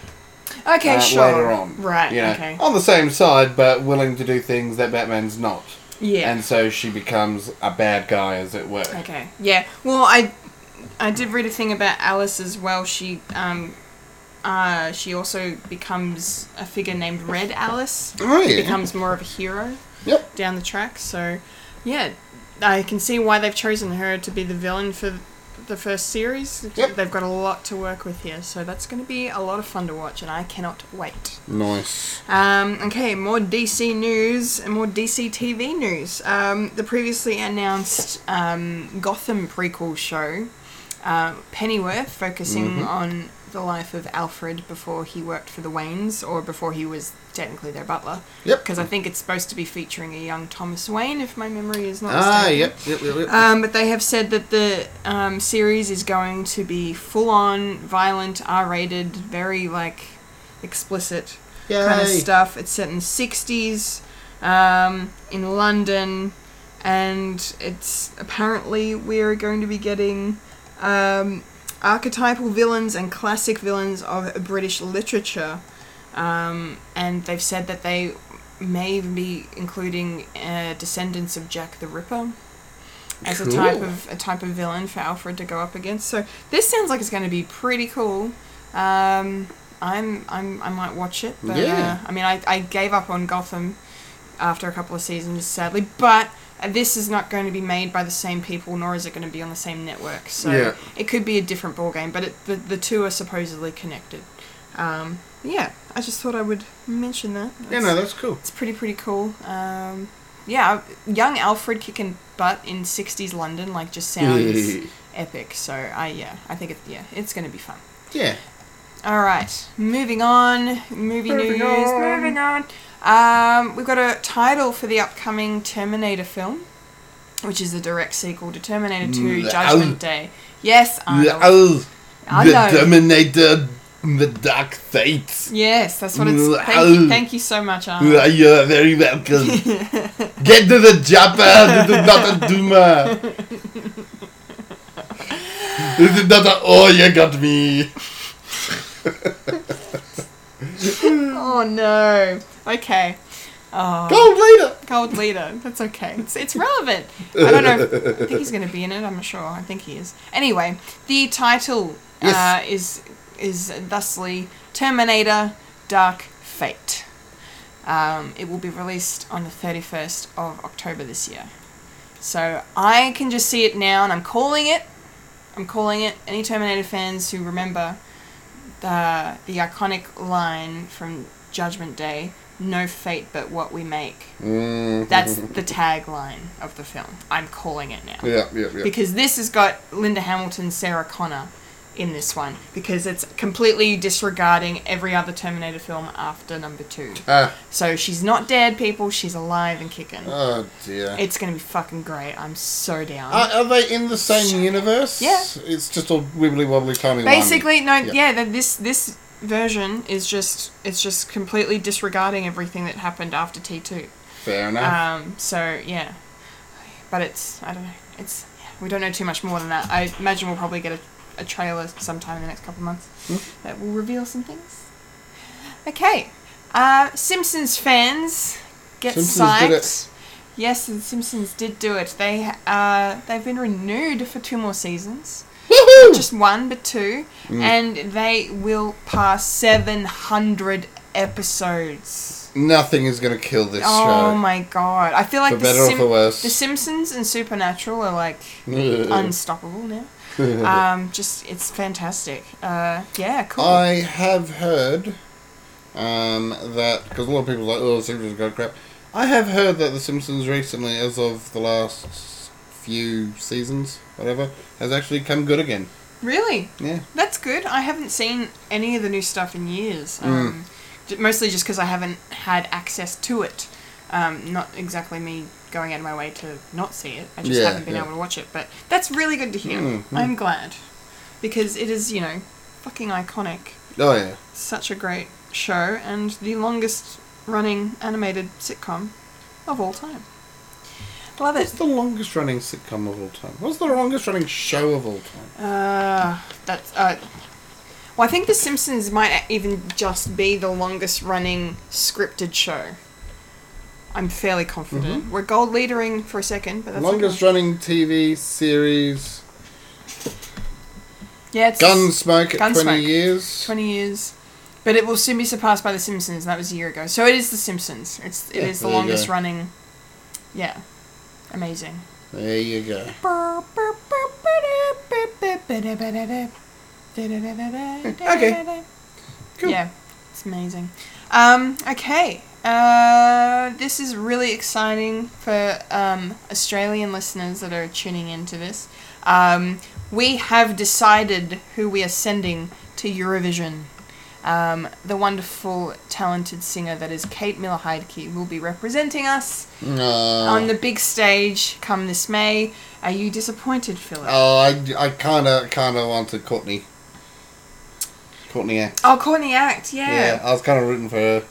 H: Okay,
A: uh,
H: sure.
A: later on.
H: Right.
A: you know,
H: Okay.
A: On the same side, but willing to do things that Batman's not.
H: Yeah.
A: And so she becomes a bad guy, as it were.
H: Okay. Yeah. Well, I I did read a thing about Alice as well. She um uh she also becomes a figure named Red Alice.
A: Oh, yeah.
H: Becomes more of a hero
A: Yep.
H: down the track. So, yeah, I can see why they've chosen her to be the villain for the first series.
A: Yep.
H: They've got a lot to work with here, so that's going to be a lot of fun to watch, and I cannot wait.
A: Nice.
H: Um, okay, more DC news and more DC TV news. Um, the previously announced um, Gotham prequel show, uh, Pennyworth, focusing
A: Mm-hmm.
H: on the life of Alfred before he worked for the Waynes, or before he was technically their butler.
A: Yep.
H: Because I think it's supposed to be featuring a young Thomas Wayne, if my memory is not mistaken.
A: Ah, yep. Yep. Yep. yep.
H: Um, but they have said that the um, series is going to be full on, violent, R rated, very like explicit kind of
A: Yay.
H: stuff. It's set in the 60s um, in London, and it's apparently we're going to be getting um, archetypal villains and classic villains of British literature. Um, and they've said that they may even be including uh, descendants of Jack the Ripper as a type
A: Cool.
H: of a type of villain for Alfred to go up against. So this sounds like it's going to be pretty cool. Um, I'm I'm I might watch it, but
A: Yeah.
H: uh, I mean I, I gave up on Gotham after a couple of seasons, sadly. But uh, this is not going to be made by the same people, nor is it going to be on the same network. So
A: Yeah.
H: it could be a different ballgame. But it, the the two are supposedly connected. Um, yeah, I just thought I would mention that.
A: yeah,
H: That's-
A: no, that's cool.
H: it's pretty pretty cool. Um, yeah, young Alfred kicking butt in '60s London like just sounds epic. So I yeah, I think it yeah, it's gonna be fun.
A: Yeah.
H: All right, moving on. Movie
A: Moving
H: news.
A: on.
H: Moving on. Um, we've got a title for the upcoming Terminator film, which is the direct sequel to Terminator 2:
A: Mm,
H: Judgment
A: ow.
H: Day. Yes, Arnold.
A: Oh,
H: I
A: the
H: know.
A: Terminator, the Dark Fate.
H: Yes, that's what it's.
A: Mm,
H: Thank you,
A: ow.
H: thank you so much,
A: You
H: Arnold.
A: are- You are very welcome. Get to the chopper, this is not a doomer. This is not a, oh, you got me.
H: Oh no. Okay. Uh,
A: Gold leader.
H: Gold leader. That's okay. It's, it's relevant. I don't know. If, I think he's going to be in it. I'm not sure. I think he is. Anyway, the title uh, is is thusly Terminator: Dark Fate. Um, it will be released on the 31st of October this year. So I can just see it now, and I'm calling it. I'm calling it. Any Terminator fans who remember the the iconic line from Judgment Day: "No fate but what we make."
A: Mm.
H: That's the tagline of the film. I'm calling it now
A: Yeah, yeah, yeah.
H: because this has got Linda Hamilton, Sarah Connor in this one because it's completely disregarding every other Terminator film after number two.
A: Ah,
H: So she's not dead, people. She's alive and kicking.
A: oh dear.
H: It's gonna be fucking great. I'm so down.
A: Are, are they in the same universe?
H: Yeah.
A: It's just all wibbly wobbly timey.
H: Basically, no,
A: Yeah.
H: yeah. that this this version is just it's just completely disregarding everything that happened after T two.
A: Fair enough.
H: Um, so yeah, but it's I don't know. It's yeah, we don't know too much more than that. I imagine we'll probably get a, a trailer sometime in the next couple of months that will reveal some things. Okay, uh, Simpsons fans get
A: Simpsons
H: psyched.
A: did it.
H: Yes, the Simpsons did do it. They uh, they've been renewed for two more seasons. Not just one, but two,
A: Mm.
H: and they will pass seven hundred episodes.
A: Nothing is going to kill this
H: Oh
A: show.
H: my god! I feel like
A: For better or for worse.
H: the Simpsons and Supernatural are like unstoppable now. um, just it's fantastic. Uh, yeah, cool.
A: I have heard um, that because a lot of people are like, oh, The Simpsons got crap. I have heard that The Simpsons recently, as of the last few seasons, whatever, has actually come good again.
H: really,
A: Yeah.
H: that's good. I haven't seen any of the new stuff in years.
A: Hmm.
H: Um, j- Mostly just because I haven't had access to it. Um, not exactly me going out of my way to not see it. I just
A: Yeah,
H: haven't been
A: yeah. Hmm,
H: able to watch it. But that's really good to hear. I'm glad because it is, you know, fucking iconic.
A: Oh yeah.
H: such a great show and the longest running animated sitcom of all time. Love
A: What's
H: it.
A: the longest running sitcom of all time? What's the longest running show of all time?
H: Uh, that's uh, well, I think The Simpsons might even just be the longest running scripted show. I'm fairly confident. We're gold leadering for a second, but that's
A: longest
H: okay.
A: running TV series.
H: Yeah, it's
A: Gunsmoke at 20
H: Gunsmoke.
A: years.
H: 20 years. But it will soon be surpassed by The Simpsons. That was a year ago. So it is The Simpsons. It's it
A: Yeah,
H: is the
A: there you go.
H: longest running. Yeah, amazing.
A: There you go.
H: Okay. Yeah, it's amazing. Um, okay. Uh, this is really exciting for um, Australian listeners that are tuning into this. Um, we have decided who we are sending to Eurovision. Um, the wonderful, talented singer that is Kate Miller Heidke will be representing us
A: No.
H: on the big stage come this May. Are you disappointed, Philip?
A: Oh, I, I kind of kind of wanted Courtney. Courtney Act.
H: oh, Courtney Act, yeah.
A: Yeah, I was kind of rooting for her.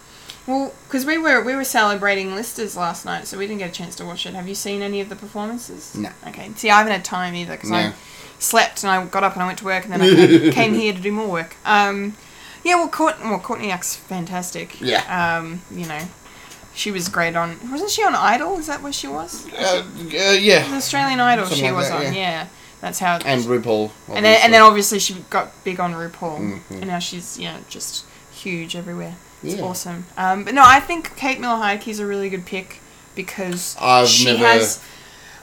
H: Well, because we were we were celebrating Listers last night, so we didn't get a chance to watch it. Have you seen any of the performances?
A: No.
H: Okay. See, I haven't had time either because I
A: No.
H: slept and I got up and I went to work and then I came, came here to do more work. Um, yeah. Well, Court, well, Courtney Act's fantastic.
A: Yeah.
H: Um, you know, she was great on. Wasn't she on Idol? Is that where she was?
A: Uh, uh, yeah.
H: Australian Idol.
A: Something
H: she
A: like
H: was
A: that, yeah.
H: on. Yeah. That's how.
A: And RuPaul.
H: and then and then
A: obviously. Mm-hmm.
H: obviously she got big on RuPaul, and now she's you know just huge everywhere. It's
A: Yeah.
H: awesome. Um, but no, I think Kate Miller Heideke's a really good pick because
A: I've
H: she
A: never-
H: has.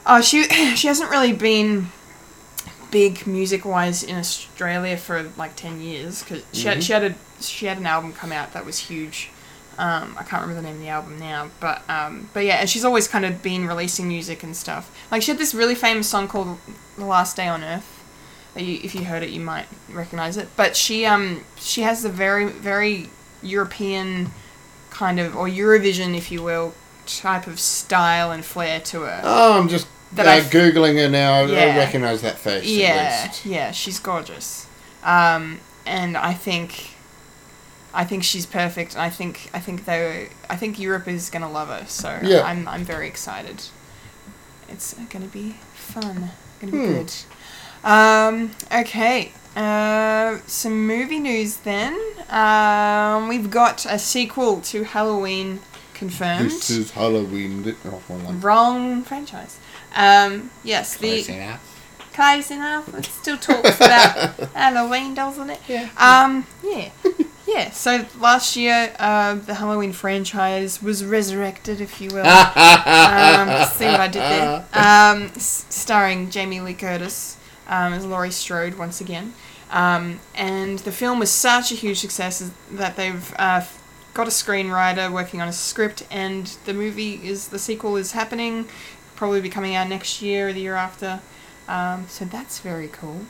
H: Oh, she she hasn't really been big music wise in Australia for like ten years because she
A: Mm-hmm.
H: had, she had a she had an album come out that was huge. Um, I can't remember the name of the album now, but um, but yeah, and she's always kind of been releasing music and stuff. Like she had this really famous song called "The Last Day on Earth." that you, if you heard it, you might recognize it. But she um she has the very very European kind of or Eurovision, if you will, type of style and flair to her.
A: Oh, I'm just
H: That
A: uh,
H: I-
A: googling her now. I
H: Yeah.
A: recognise that face. at
H: yeah,
A: least.
H: yeah, she's gorgeous. Um, and I think, I think she's perfect. And I think, I think they, I think Europe is gonna love her. So
A: Yeah.
H: I'm,
A: Hmm.
H: I'm very excited. It's gonna be fun. Gonna be good. Um, okay. Uh, some movie news then. Um, we've got a sequel to Halloween confirmed.
A: This is Halloween. Di- Oh, well, I'm
H: Wrong franchise. Um, yes, the
A: close enough.
H: close enough. It still talks about Halloween, doesn't it?
A: Yeah.
H: Um, yeah. Yeah, so last year, uh, the Halloween franchise was resurrected, if you will. um, see what I did there? Um, s- starring Jamie Lee Curtis um, as Laurie Strode once again. Um, and the film was such a huge success is- that they've uh, f- got a screenwriter working on a script, and the movie is the sequel is happening, probably be coming out next year or the year after. Um, so that's very cool.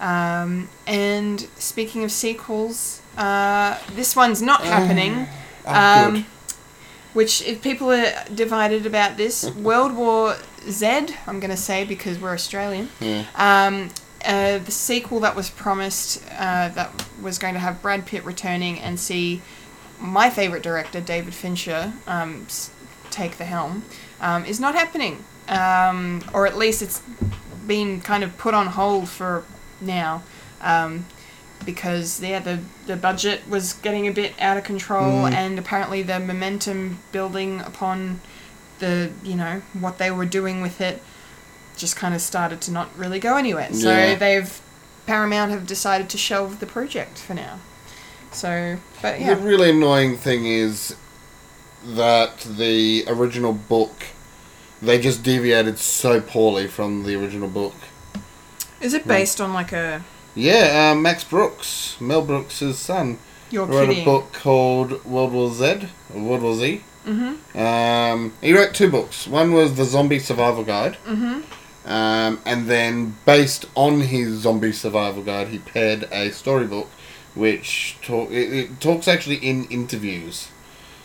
H: Um, and speaking of sequels, uh, this one's not happening. um,
A: Ah, good.
H: Which, if people are divided about this, World War Z, I'm going to say because we're Australian, um, uh, the sequel that was promised uh, that was going to have Brad Pitt returning and see my favourite director, David Fincher, um, s- take the helm, um, is not happening. Um, or at least it's been kind of put on hold for now. Um, because yeah, the the budget was getting a bit out of control, and apparently the momentum building upon the you know what they were doing with it just kind of started to not really go anywhere. So
A: Yeah.
H: they've Paramount have decided to shelve the project for now. So, but
A: The
H: yeah,
A: really annoying thing is that the original book, they just deviated so poorly from the original book.
H: is it based on like a
A: Yeah, uh, Max Brooks, Mel Brooks' son,
H: You're
A: wrote
H: kidding.
A: a book called World War Z, or World War Z. Mm-hmm. Um, he wrote two books. One was The Zombie Survival Guide, mm-hmm. um, and then based on his Zombie Survival Guide, he paired a storybook, which talk, it, it talks actually in interviews.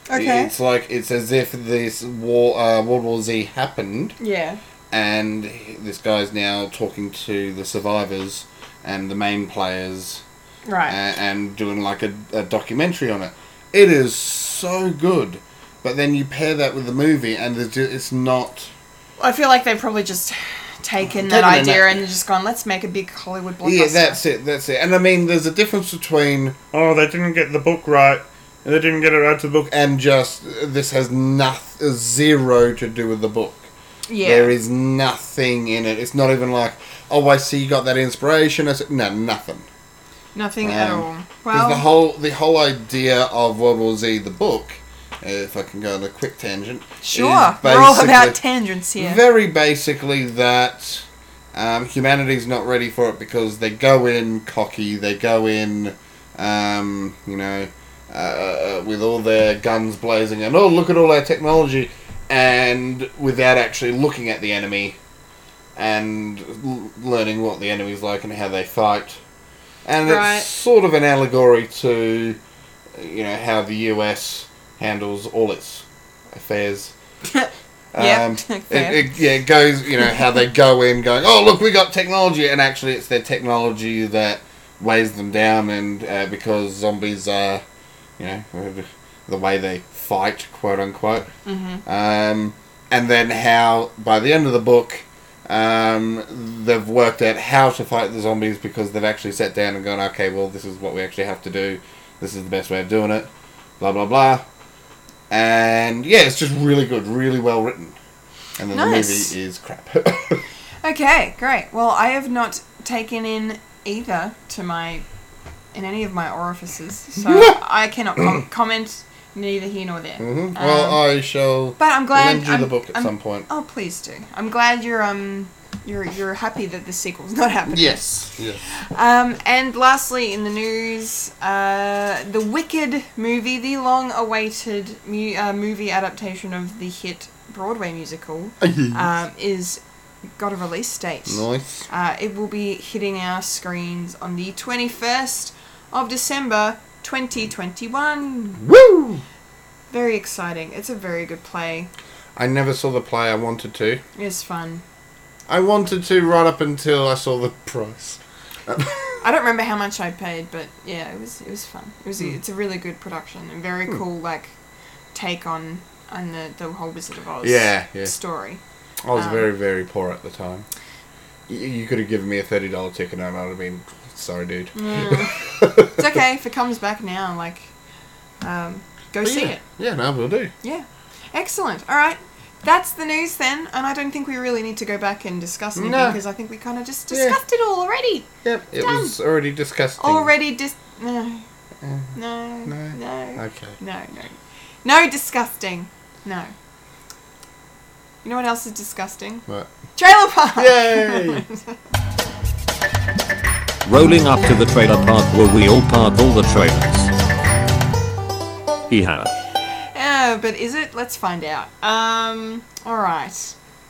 H: okay?
A: It's like it's as if this war, uh, World War Z happened,
H: yeah,
A: and this guy's now talking to the survivors and the main players, a-
H: right.
A: and, doing like a, a documentary on it. It is so good, but then you pair that with the movie, and there's ju- it's not.
H: I feel like they've probably just taken that
A: Taken it
H: idea
A: that-
H: and just gone, let's make a big Hollywood blockbuster.
A: Yeah, that's it, that's it. And I mean, there's a difference between oh, they didn't get the book right, and they didn't get it right to the book, and just this has nothing, zero to do with the book.
H: Yeah.
A: There is nothing in it. It's not even like, oh, I see you got that inspiration. I said, no, nothing.
H: Nothing at
A: Um,
H: all.
A: 'Cause
H: Well,
A: the whole the whole idea of World War Z, the book, uh, if I can go on a quick tangent,
H: sure.
A: is
H: We're all
A: basically-
H: about tangents here.
A: Very basically that um, humanity's not ready for it because they go in cocky, they go in, um, you know, uh, with all their guns blazing and, oh, look at all our technology, and without actually looking at the enemy and l- learning what the enemy's like and how they fight. And
H: Right.
A: it's sort of an allegory to, you know, how the US handles all its affairs.
H: Yeah,
A: Um, it,
H: fair.
A: it- yeah, it goes, you know, how they go in going, oh, look, we got technology, and actually it's their technology that weighs them down, and uh, because zombies are, you know, the way they fight, quote unquote. Mm-hmm. Um, and then how, by the end of the book, um, they've worked out how to fight the zombies because they've actually sat down and gone, okay, well, this is what we actually have to do, this is the best way of doing it, blah, blah, blah. And yeah, it's just really good, really well written. And then
H: Nice.
A: the movie is crap.
H: Okay, great. Well, I have not taken in either to my in any of my orifices, so I cannot com- comment neither here nor there.
A: Mhm. well,
H: Um,
A: I shall
H: but I'm glad
A: lend you
H: I'm-
A: the book at
H: I'm-
A: some point.
H: oh, please do. I'm glad you're um you're you're happy that the sequel's not happening.
A: Yes. Yes.
H: Um, and lastly, in the news, uh, the Wicked movie, the long-awaited mu- uh, movie adaptation of the hit Broadway musical, um, is got a release date.
A: Nice.
H: Uh, it will be hitting our screens on the 21st of December 2021.
A: Woo!
H: Very exciting. It's a very good play.
A: I never saw the play I wanted to.
H: It's fun.
A: I wanted to right up until I saw the price.
H: I don't remember how much I paid, but yeah, it was it was fun. It
A: Hmm.
H: was a, it's a really good production and very cool like take on on the, the whole Wizard of Oz
A: Yeah, yeah.
H: story.
A: I was very, very poor at the time. y- you could have given me a thirty dollar ticket, and I'd have been sorry, dude.
H: Mm. It's okay if it comes back now. Like, um, go
A: But
H: see
A: Oh, yeah,
H: it.
A: Yeah, no, we'll do.
H: Yeah. Excellent. All right. That's the news then, and I don't think we really need to go back and discuss anything
A: No.
H: because I think we kind of just
A: Yeah.
H: discussed it all already.
A: Yep, it
H: Done.
A: was already discussed.
H: Already dis. No. No.
A: Uh, no.
H: No. No.
A: Okay.
H: No. No. Disgusting. No. You know what else is disgusting?
A: But
H: Trailer park.
A: yay!
G: Rolling up to the trailer park where we all park all the trailers. Hee ha.
H: Yeah, but is it? Let's find out. Um, all right.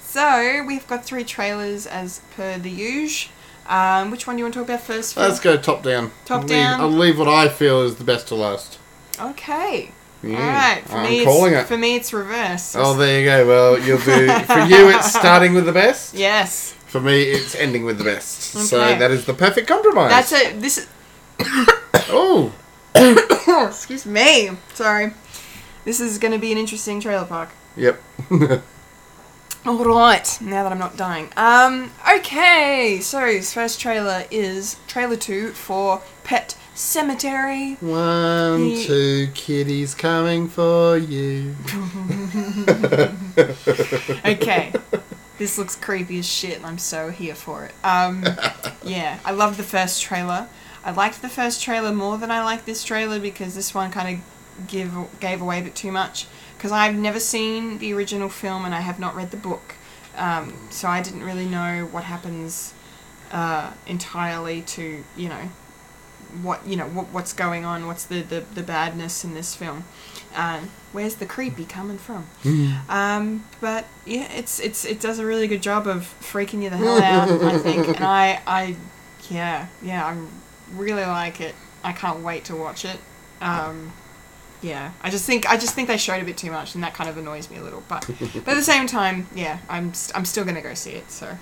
H: So we've got three trailers as per the usual. Um, which one do you want to talk about first? Phil?
A: Let's go top down.
H: Top
A: Leave-
H: down.
A: I'll leave what I feel is the best to last.
H: Okay.
A: Yeah,
H: all right. For
A: I'm
H: me,
A: calling
H: it's,
A: it.
H: For me, it's reverse.
A: Oh, there you go. Well, you'll do. For you, it's starting with the best.
H: yes.
A: For me, it's ending with the best. So
H: Okay.
A: that is the perfect compromise.
H: That's it. This is.
A: Oh,
H: excuse me. Sorry. This is going to be an interesting trailer park.
A: yep.
H: All right, now that I'm not dying. Um, okay, so his first trailer is trailer two for Pet Cemetery.
A: One,
H: Ye-
A: two, kitties coming for you.
H: Okay, this looks creepy as shit, and I'm so here for it. Um, yeah, I loved the first trailer. I liked the first trailer more than I like this trailer because this one kind of give gave away a bit too much. Because I've never seen the original film and I have not read the book, um, so I didn't really know what happens uh, entirely to you know what you know what, what's going on, what's the, the the badness in this film. Uh, where's the creepy coming from? Um, but yeah, it's it's it does a really good job of freaking you the hell out, I think. And I I yeah yeah I really like it. I can't wait to watch it. Um, yeah, I just think I just think they showed a bit too much, and that kind of annoys me a little. But but at the same time, yeah, I'm st- I'm still gonna go see it, so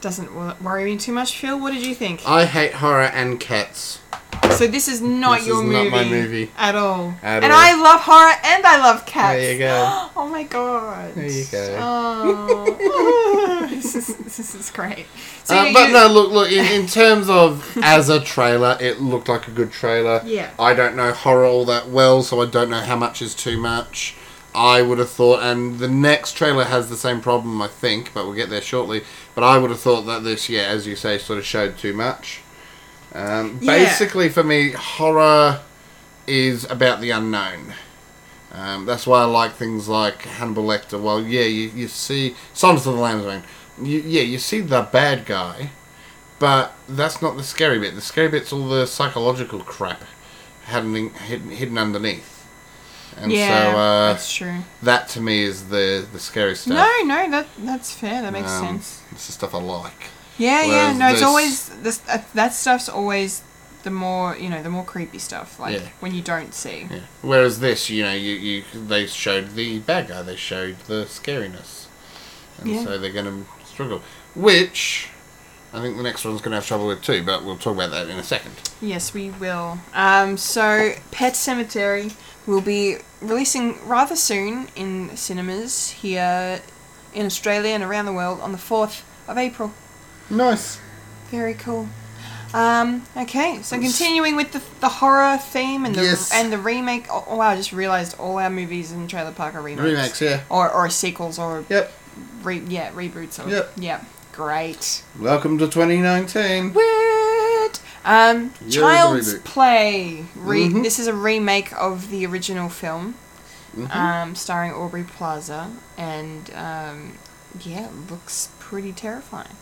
H: doesn't wo- worry me too much. Phil, what did you think?
A: I hate horror and cats.
H: So this is not
A: This
H: your
A: is
H: movie,
A: not my movie.
H: at all.
A: At
H: and
A: all.
H: I love horror and I love cats.
A: There you go.
H: oh my god.
A: There you go.
H: Oh. this, is, this is great. So
A: Uh,
H: you-
A: but
H: you-
A: no, look, look. In, in terms of as a trailer, it looked like a good trailer.
H: Yeah.
A: I don't know horror all that well, so I don't know how much is too much. I would have thought, and the next trailer has the same problem, I think, but we'll get there shortly. But I would have thought that this, yeah, as you say, sort of showed too much. Um,
H: Yeah.
A: Basically, for me, horror is about the unknown. Um, that's why I like things like Hannibal Lecter. Well, yeah, you, you see Silence of the Lambs. I mean, you, yeah, you see the bad guy, but that's not the scary bit. The scary bit's all the psychological crap hidden hidden, hidden underneath. And
H: yeah,
A: so uh,
H: that's true.
A: that to me is the the scary stuff.
H: No, no, that that's fair. That makes
A: Um,
H: sense.
A: It's the stuff I like.
H: Yeah, yeah.
A: whereas
H: No, it's
A: this-
H: always this. Uh, that stuff's always the more you know, the more creepy stuff. Like
A: Yeah.
H: when you don't see.
A: Yeah. Whereas this, you know, you, you they showed the bad guy, they showed the scariness, and
H: Yeah.
A: so they're going to struggle. Which I think the next one's going to have trouble with too, but we'll talk about that in a second.
H: Yes, we will. Um, so, Pet Cemetery will be releasing rather soon in cinemas here in Australia and around the world on the 4th of April.
A: Nice.
H: Very cool. Um, okay, so continuing with the, the horror theme and the
A: Yes.
H: and the remake. Oh, oh, wow, I just realised all our movies in Trailer Park are remakes.
A: Remakes, yeah.
H: Or, or sequels or
A: Yep.
H: re, yeah reboots. Or,
A: Yep.
H: Yeah. Great.
A: Welcome to 2019.
H: What? Um,
A: Yeah,
H: Child's
A: reboot.
H: Play. Re-
A: Mhm.
H: This is a remake of the original film,
A: Mm-hmm.
H: um, starring Aubrey Plaza, and um, yeah, it looks pretty terrifying.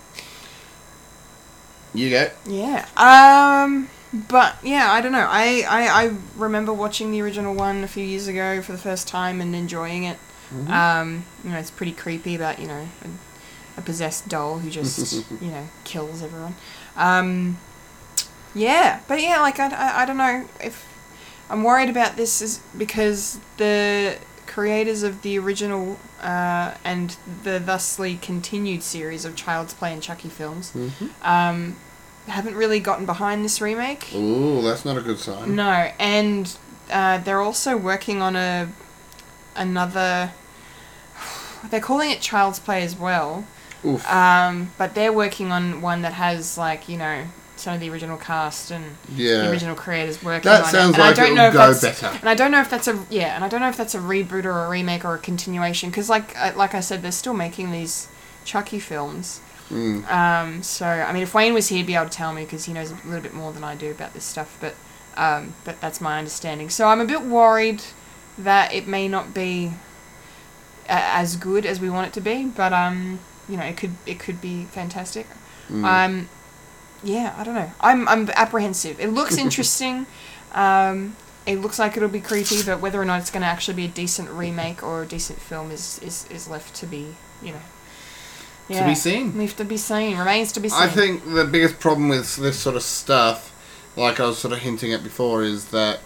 A: You go.
H: Yeah. Um, but yeah, I don't know. I, I I remember watching the original one a few years ago for the first time and enjoying it. Um, you know, it's pretty creepy about you know a, a possessed doll who just you know kills everyone. Um, yeah, but yeah, like I, I, I don't know if I'm worried about this is because the creators of the original uh, and the thusly continued series of Child's Play and Chucky films um, haven't really gotten behind this remake.
A: Ooh, that's not a good sign.
H: No, and uh, they're also working on a another. They're calling it Child's Play as well,
A: Oof.
H: Um, but they're working on one that has like you know some of the original cast and the
A: Yeah.
H: original creators working
A: That
H: on
A: sounds
H: it. And
A: like
H: I don't
A: it'll
H: know if
A: go
H: that's,
A: better.
H: And I don't know if that's a yeah, and I don't know if that's a reboot or a remake or a continuation because like I- like I said, they're still making these Chucky films.
A: Mm.
H: Um, so I mean, if Wayne was here, he'd be able to tell me because he knows a little bit more than I do about this stuff. But um, but that's my understanding. So I'm a bit worried that it may not be a- as good as we want it to be, but um, you know, it could it could be fantastic.
A: Mm.
H: Um, yeah, I don't know. I'm I'm apprehensive. It looks interesting. um, it looks like it'll be creepy, but whether or not it's going to actually be a decent remake or a decent film is is, is left to be you know.
A: To be seen.
H: Left to be seen. Remains to be seen.
A: I think the biggest problem with this sort of stuff, like I was sort of hinting at before, is that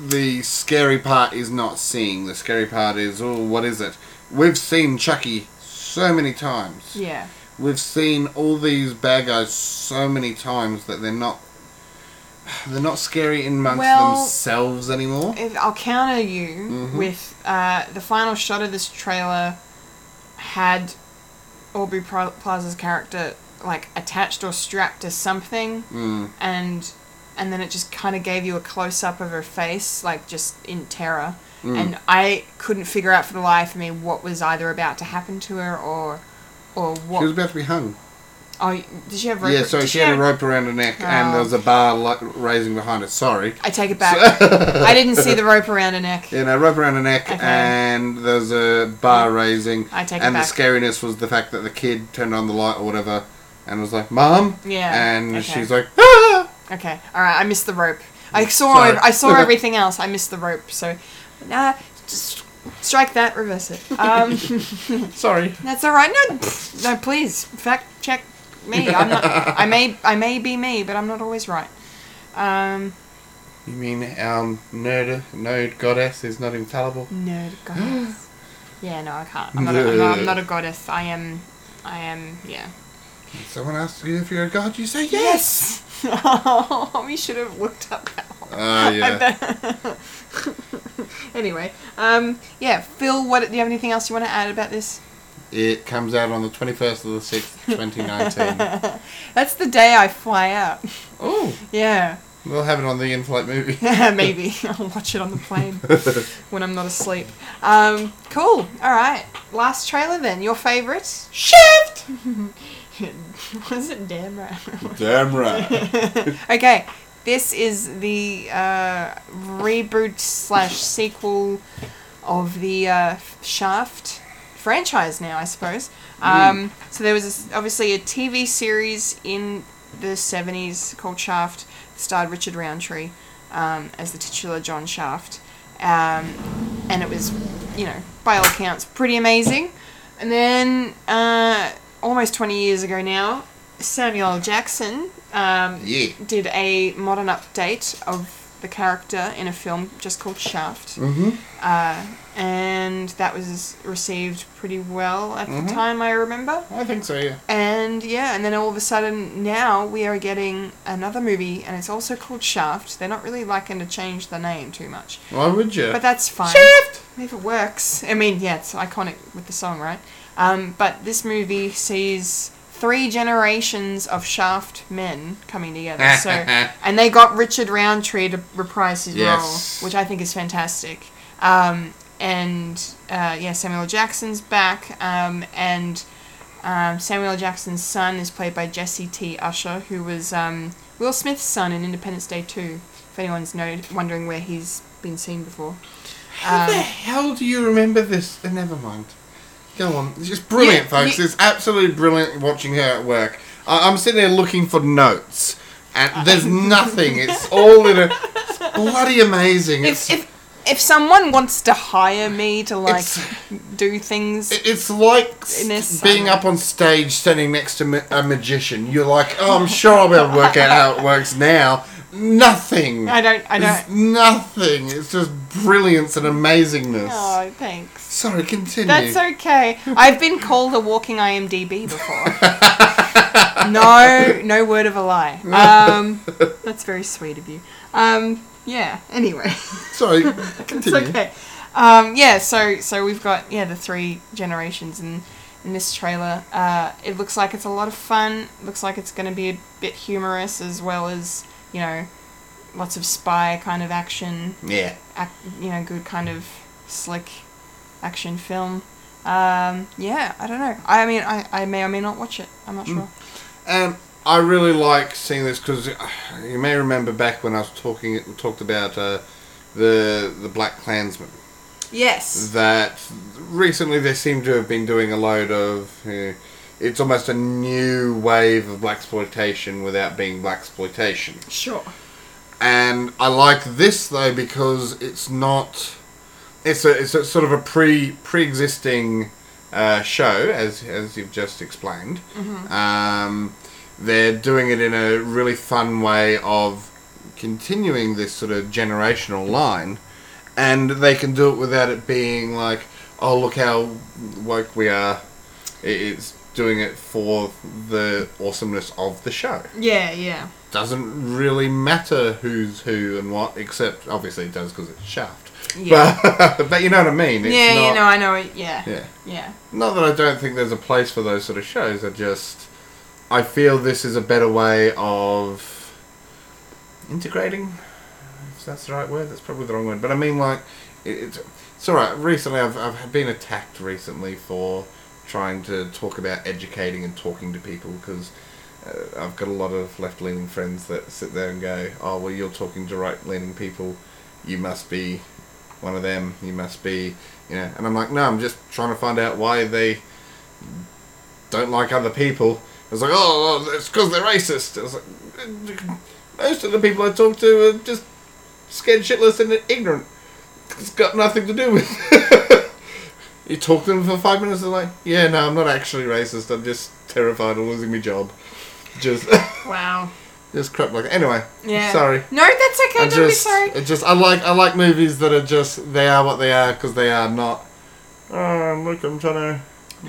A: the scary part is not seeing. The scary part is, oh, what is it? We've seen Chucky so many times.
H: Yeah.
A: We've seen all these bad guys so many times that they're not. They're not scary in amongst
H: Well-
A: themselves anymore.
H: if I'll counter you
A: Mm-hmm.
H: with uh, the final shot of this trailer had Aubrey Pla- Plaza's character like attached or strapped to something,
A: Mm.
H: and and then it just kind of gave you a close up of her face, like just in terror.
A: Mm.
H: And I couldn't figure out for the life of me what was either about to happen to her or or what.
A: She was about to be hung.
H: oh, did she have rope?
A: yeah, so
H: did
A: she had a
H: have-
A: rope around her neck, and there
H: Oh.
A: was a bar like, raising behind her. Sorry.
H: I take it back. I didn't see the rope around her neck.
A: Yeah, no, rope around her neck,
H: Okay.
A: and there's a bar raising.
H: I take it
A: And
H: back.
A: the scariness was the fact that the kid turned on the light or whatever, and was like, "Mom."
H: Yeah,
A: And
H: okay.
A: she's like, "Ah!"
H: Okay. All right. I missed the rope. I saw.
A: Sorry.
H: I saw everything else. I missed the rope. So, nah. Just strike that. Reverse it. Um,
A: Sorry.
H: that's all right. No, pff, no. Please fact check me. I'm not. I may. I may be me, but I'm not always right. Um.
A: You mean our nerd nerd goddess is not infallible?
H: Nerd goddess. yeah. No, I can't. I'm not, a, I'm, not, I'm not a goddess. I am. I am. Yeah.
A: Someone asks you if you're a god, you say yes.
H: Yes. oh, we should have looked up that one.
A: Ah,
H: I
A: yeah.
H: bet. anyway, um, yeah, Phil, what do you have anything else you want to add about this?
A: It comes out on the twenty first of the sixth, twenty nineteen.
H: That's the day I fly out.
A: Oh,
H: yeah,
A: we'll have it on the in-flight movie.
H: maybe I'll watch it on the plane when I'm not asleep. Um, cool. All right, last trailer then. Your favorite? Shift. Was it damn right?
A: Damn right.
H: Okay, this is the uh, reboot slash sequel of the uh, Shaft franchise now, I suppose. Um, so there was this- obviously a TV series in the 70s called Shaft, starred Richard Roundtree um, as the titular John Shaft. Um, and it was, you know, by all accounts, pretty amazing. And then, uh, almost 20 years ago now, Samuel L. Jackson um,
A: Yeah.
H: did a modern update of the character in a film just called Shaft. Mm-hmm. Uh, and that was received pretty well at the time, I remember.
A: I think so. Yeah.
H: And yeah, and then all of a sudden now we are getting another movie, and it's also called Shaft. They're not really liking to change the name too much,
A: Why would you?
H: but that's fine. Shaft. If it works, I mean, yeah, it's iconic with the song, right? Um, but this movie sees three generations of Shaft men coming together. so, and they got Richard Roundtree to reprise his
A: Yes.
H: role, which I think is fantastic. Um, and uh, yeah, Samuel L. Jackson's back, um, and um, Samuel L. Jackson's son is played by Jesse T. Usher, who was um, Will Smith's son in Independence Day 2, if anyone's no- wondering where he's been seen before.
A: How
H: Um,
A: the hell do you remember this? Uh, never mind. Go on. It's just brilliant,
H: Yeah,
A: folks.
H: you-
A: It's absolutely brilliant watching her at work. I- I'm sitting there looking for notes,
H: Uh,
A: and there's nothing. It's all in a. It's bloody amazing. It's,
H: If, if, if someone wants to hire me to, like,
A: It's-
H: do things.
A: it- it's like
H: In this
A: st- being
H: summer.
A: up on stage standing next to ma- a magician. You're like, oh, I'm sure I'll be able to work out how it works now. Nothing.
H: I don't. I
A: There's
H: don't.
A: nothing. It's just brilliance and amazingness.
H: Oh, thanks.
A: Sorry, continue.
H: That's okay. I've been called a walking IMDb before. no, no word of a lie. Um, that's very sweet of you. Um, yeah. Anyway.
A: Sorry, continue.
H: It's okay. Um, yeah, so so we've got yeah the three generations, and in this trailer. Uh, it looks like it's a lot of fun. It looks like it's going to be a bit humorous as well as you know, lots of spy kind of action
A: Yeah.
H: ac- you know, good kind of slick action film. Um, yeah, I don't know. I mean, I, I may or may not watch it. I'm
A: Mm.
H: not sure.
A: Um, I really like seeing this because you may remember back when I was talking talked about uh, the the Black Klansman.
H: Yes.
A: that recently they seem to have been doing a load of. Uh, it's almost a new wave of black exploitation without being black exploitation.
H: Sure.
A: And I like this though because it's not. It's a it's a sort of a pre pre existing uh, show as as you've just explained. Um, they're doing it in a really fun way of continuing this sort of generational line and they can do it without it being like, oh look how woke we are. It- It's doing it for the awesomeness of the show.
H: Yeah, yeah.
A: Doesn't really matter who's who and what, except obviously it does because it's Shaft.
H: Yeah.
A: But, but you know what I mean. It's
H: yeah,
A: not,
H: you know, I know it. Yeah.
A: Yeah.
H: Yeah.
A: Not that I don't think there's a place for those sort of shows. I just, I feel this is a better way of integrating. If that's the right word, that's probably the wrong word. But I mean, like, it, it's it's all right. Recently, I've I've been attacked recently for trying to talk about educating and talking to people because. Uh, I've got a lot of left-leaning friends that sit there and go, "Oh, well, you're talking to right-leaning people. You must be one of them. You must be, you know. And I'm like, no, I'm just trying to find out why they don't like other people. It's like, oh, well, it's because they're racist. I was like, most of the people I talk to are just scared shitless and ignorant. It's got nothing to do with. you talk to them for five minutes, they're like, yeah, no, I'm not actually racist. I'm just terrified of losing my job. Just,
H: Wow.
A: just crap like. Anyway,
H: Yeah.
A: sorry.
H: No, that's okay.
A: I
H: Don't be
A: just,
H: sorry.
A: it just, I like, I like movies that are just, they are what they are because they are not. Oh, look, I'm trying to.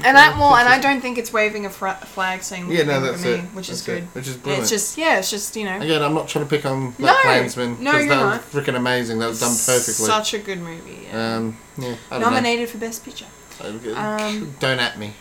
H: And I well, and I don't think it's waving a fra- flag saying
A: Yeah, no,
H: "Look at
A: that's
H: me,"
A: it.
H: Which is
A: That's
H: good.
A: it. Which is
H: It's
A: brilliant.
H: just yeah, it's just you know
A: Again, I'm not trying to pick on Black
H: No.
A: Klansman
H: No,
A: because
H: you're
A: that
H: not.
A: was freaking amazing. That was done perfectly.
H: such a good movie. Yeah.
A: um, yeah, I don't
H: Nominated for best picture.
A: Know.
H: um,
A: don't at me.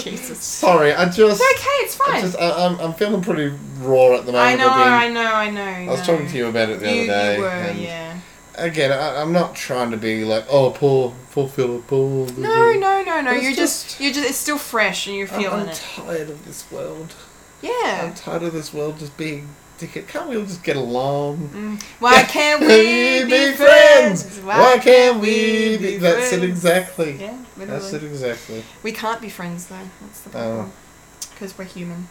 H: Jesus.
A: Sorry, I just.
H: It's okay. It's
A: I
H: fine.
A: just, I, I'm, I'm feeling pretty raw at the moment.
H: I know,
A: I've been-
H: I know, I know.
A: I was talking to you about it the
H: you,
A: other day.
H: You were,
A: and
H: yeah.
A: Again, I, I'm not trying to be like, oh, poor, poor Philip, poor.
H: No, no, no, no.
A: It's
H: You're just,
A: just-
H: you're just. It's still fresh, and you're
A: I'm,
H: feeling
A: I'm
H: it.
A: tired of this world. I'm
H: Yeah.
A: tired of this world just being dickhead. Can't we all just get along?
H: Why can't we be friends?
A: Why can't we be? That's it exactly.
H: Yeah,
A: That's it Oh,
H: literally.
A: exactly.
H: We can't be friends though. That's the problem. Because we're human.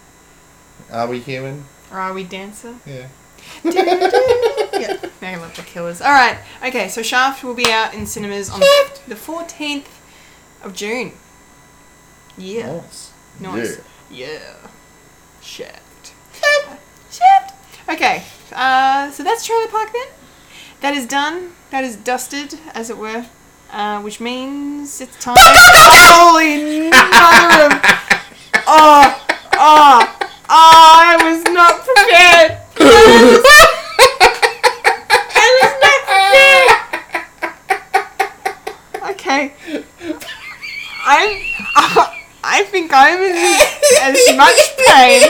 A: Are we human?
H: Or are we dancer?
A: Yeah.
H: yeah. I love the killers. All right. Okay. So Shaft will be out in cinemas on the fourteenth of June. Yeah.
A: Nice.
H: Nice.
A: Yeah.
H: Yeah. Shaft. Shaft. Okay. Uh, so that's Trailer Park then. That is done. That is dusted, as it were. Uh, which means it's time. Holy mother of. Oh, oh, oh, I was not prepared. I was, I was not prepared. Okay. I'm. I think I'm in as much pain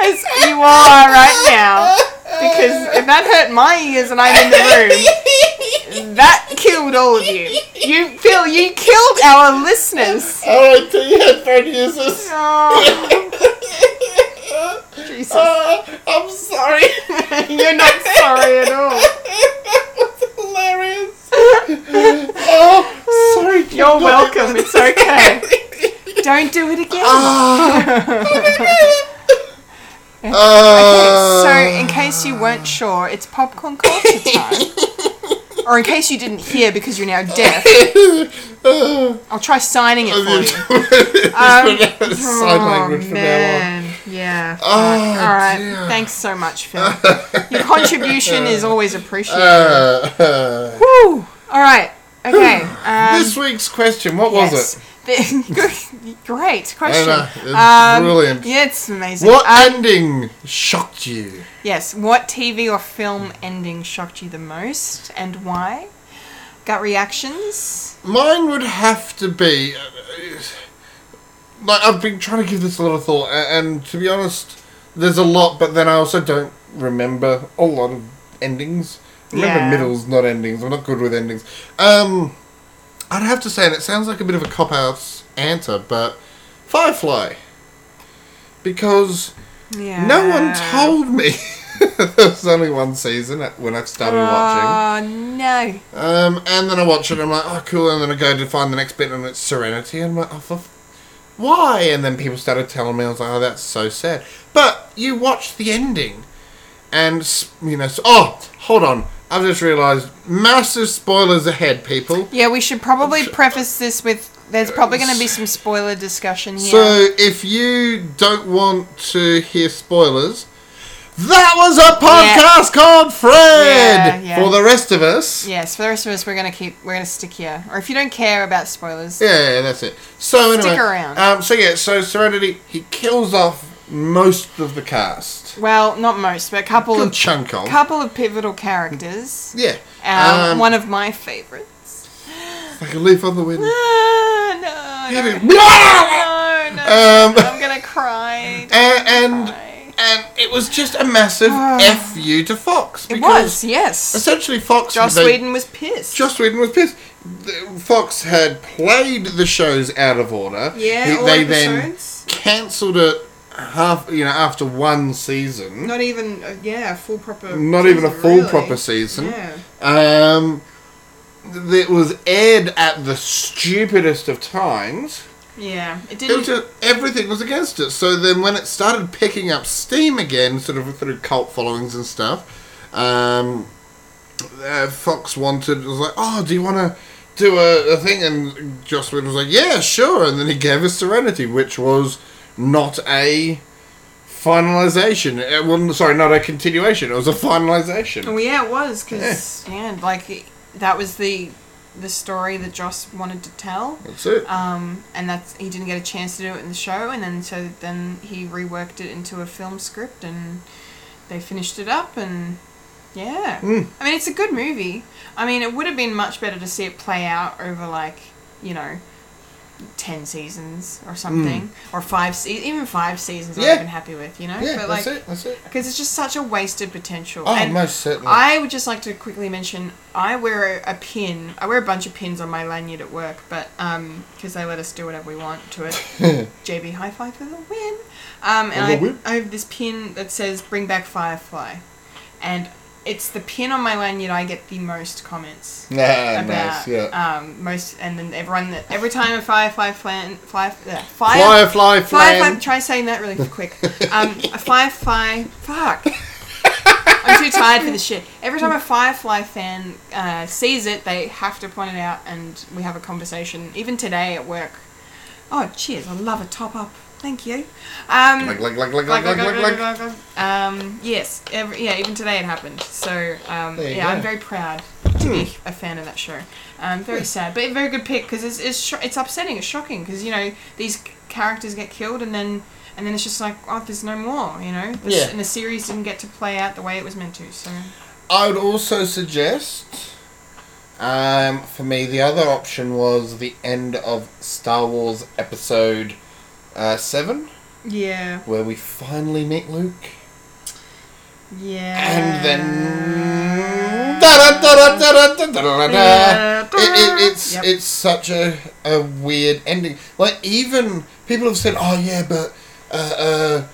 H: as you are right now because if that hurt my ears and I'm in the room, that killed all of you. You Phil, you killed our listeners.
A: Alright, do you headphone users?
H: Oh. Jesus,
A: Uh, I'm sorry.
H: you're not sorry at all.
A: That's hilarious. oh, sorry.
H: You're welcome. It's okay. Don't do it again.
A: Uh,
H: So, in case you weren't sure, it's popcorn culture time. or in case you didn't hear because you're now deaf, I'll try signing it for you. Um, oh,
A: That's sign language from now on.
H: man. Yeah.
A: Oh,
H: All right.
A: dear.
H: Thanks so much, Phil. Your contribution is always appreciated.
A: Uh, uh,
H: Woo! All right. Okay. Um,
A: this week's question, what was
H: yes.
A: it?
H: Great
A: I
H: question.
A: know, it's
H: Um,
A: brilliant.
H: Yeah, it's amazing.
A: What
H: Um,
A: ending shocked you?
H: Yes. What TV or film ending shocked you the most, and why? Gut reactions.
A: Mine would have to be. uh, Like, I've been trying to give this a lot of thought, a- and to be honest, there's a lot, but then I also don't remember a lot of endings. I remember
H: Yeah.
A: middles, not endings. I'm not good with endings. Um, I'd have to say, and it sounds like a bit of a cop out answer, but Firefly. Because
H: Yeah.
A: no one told me. there was only one season when I started watching.
H: Oh no!
A: Um, and then I watch it, and I'm like, oh, cool. And then I go to find the next bit, and it's Serenity. And I'm like, oh, for f- why? And then people started telling me, I was like, oh, that's so sad. But you watch the ending, and, s- you know, s oh, hold on. I've just realised massive spoilers ahead, people.
H: Yeah, we should probably preface this with there's probably going to be some spoiler discussion here.
A: So if you don't want to hear spoilers, that was a podcast called Fred!
H: Yeah, yeah.
A: For the rest of us.
H: yes, for the rest of us, we're going to keep we're going to stick here. Or if you don't care about spoilers,
A: Yeah, yeah, that's it. So
H: Stick
A: anyway,
H: around.
A: Um, so yeah, so Serenity he kills off most of the cast,
H: well, not most, but a couple
A: Good
H: of
A: chunk of.
H: couple of pivotal characters.
A: yeah,
H: Um, one of my favorites.
A: like a leaf on the wind.
H: Ah, no, no, no,
A: Um,
H: no, I'm going to cry. Don't
A: and, and
H: cry.
A: and it was just a massive f you to Fox
H: It
A: because
H: was yes.
A: essentially Fox
H: Joss
A: they-
H: Whedon was pissed.
A: Joss Whedon was pissed. The- Fox had played the shows out of order.
H: Yeah, all episodes.
A: then cancelled it half, you know, after one season.
H: not even uh, yeah, a full proper.
A: not even a
H: season,
A: full
H: really.
A: proper season.
H: Yeah.
A: Um, that was aired at the stupidest of times.
H: Yeah, it
A: It was
H: didn't.
A: just, everything was against it. So then, when it started picking up steam again, sort of through cult followings and stuff, um, uh, Fox wanted was like, "Oh, do you want to do a, a thing?" And Joss Whedon was like, "Yeah, sure." And then he gave us Serenity, which was not a finalization. Uh, well, sorry, not a continuation. It was a finalization.
H: Well, yeah, it was because yeah. like it- that was the the story that Joss wanted to tell,
A: That's it.
H: um, and that's he didn't get a chance to do it in the show, and then so then he reworked it into a film script, and they finished it up, and yeah,
A: Hmm.
H: I mean it's a good movie. I mean it would have been much better to see it play out over like you know. 10 seasons or something or five se- even five seasons
A: Hmm. Yeah.
H: i'm even happy with you know
A: yeah,
H: but like
A: that's it. That's it.
H: because it's just such a wasted potential.
A: Oh, most certainly.
H: I would just like to quickly mention I wear a pin. I wear a bunch of pins on my lanyard at work, but um, because they let us do whatever we want to it. JB Hi-Fi for the win. Um, and
A: the win.
H: I, I have this pin that says "Bring back Firefly," and it's the pin on my lanyard I get the most comments
A: Nah,
H: about.
A: nice. Yeah.
H: Um, most and then everyone that every time a Firefly flan, fly, uh, fire,
A: Firefly
H: Firefly.
A: flan.
H: Try saying that really quick. Um, a firefly. Fuck. I'm too tired for this shit. Every time a Firefly fan uh, sees it, they have to point it out, and we have a conversation. Even today at work. Oh, cheers! I love a top up. Thank you. Um,
A: Like, like, like, like, like, like, like, like.
H: um, yes, every, yeah, even today it happened. So, um,
A: There you go.
H: yeah,
A: Hmm.
H: I'm very proud to be a fan of that show. Um, very sad, but a very good pick because it's it's, sho it's upsetting, it's shocking because you know these c- characters get killed and then and then it's just like oh, there's no more, you know. This,
A: Yeah.
H: And the series didn't get to play out the way it was meant to. So,
A: I would also suggest. Um, for me, the other option was the end of Star Wars Episode uh, Seven,
H: yeah,
A: where we finally meet Luke,
H: yeah.
A: and then. Da-da-da-da-da-da-da-da-da. it, it, it's
H: Yep.
A: it's such a, a weird ending. Like even people have said, "Oh yeah, but uh, uh,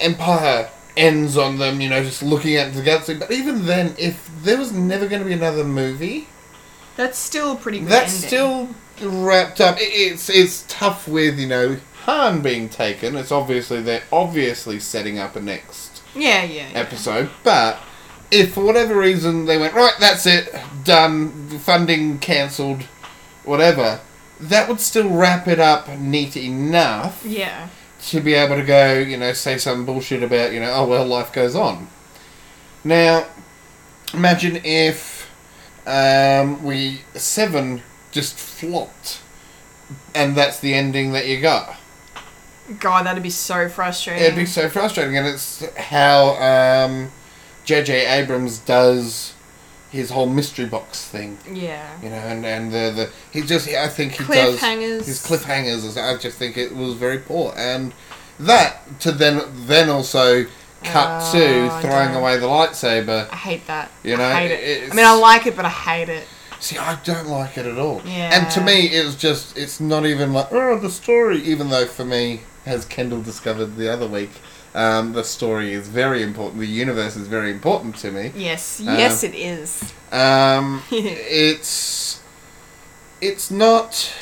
A: Empire ends on them," you know, just looking at the galaxy. But even then, if there was never going to be another movie,
H: that's still a pretty good.
A: that's
H: ending.
A: still wrapped up. It, it's it's tough with you know Han being taken. It's obviously they're obviously setting up a next
H: yeah, yeah, yeah.
A: episode, but. If for whatever reason they went right, that's it, done, funding cancelled, whatever, that would still wrap it up neat enough
H: yeah.
A: to be able to go, you know, say some bullshit about, you know, oh well, life goes on. Now, imagine if um, we seven just flopped, and that's the ending that you got.
H: God, that'd be so frustrating.
A: It'd be so frustrating, and it's how um, J.J. Abrams does his whole mystery box thing.
H: Yeah.
A: You know, and, and the, the he just I think he
H: Cliffhangers.
A: does his cliffhangers. is- I just think it was very poor, and that to then then also cut
H: Oh,
A: to throwing
H: damn.
A: away the lightsaber.
H: I hate that.
A: You know,
H: I hate it. I
A: it's-
H: mean, I like it, but I hate it.
A: See, I don't like it at all.
H: Yeah.
A: And to me, it's just it's not even like oh the story. Even though for me, as Kendall discovered the other week, um, the story is very important. The universe is very important to me.
H: Yes,
A: Uh,
H: yes, it is.
A: Um, it's it's not.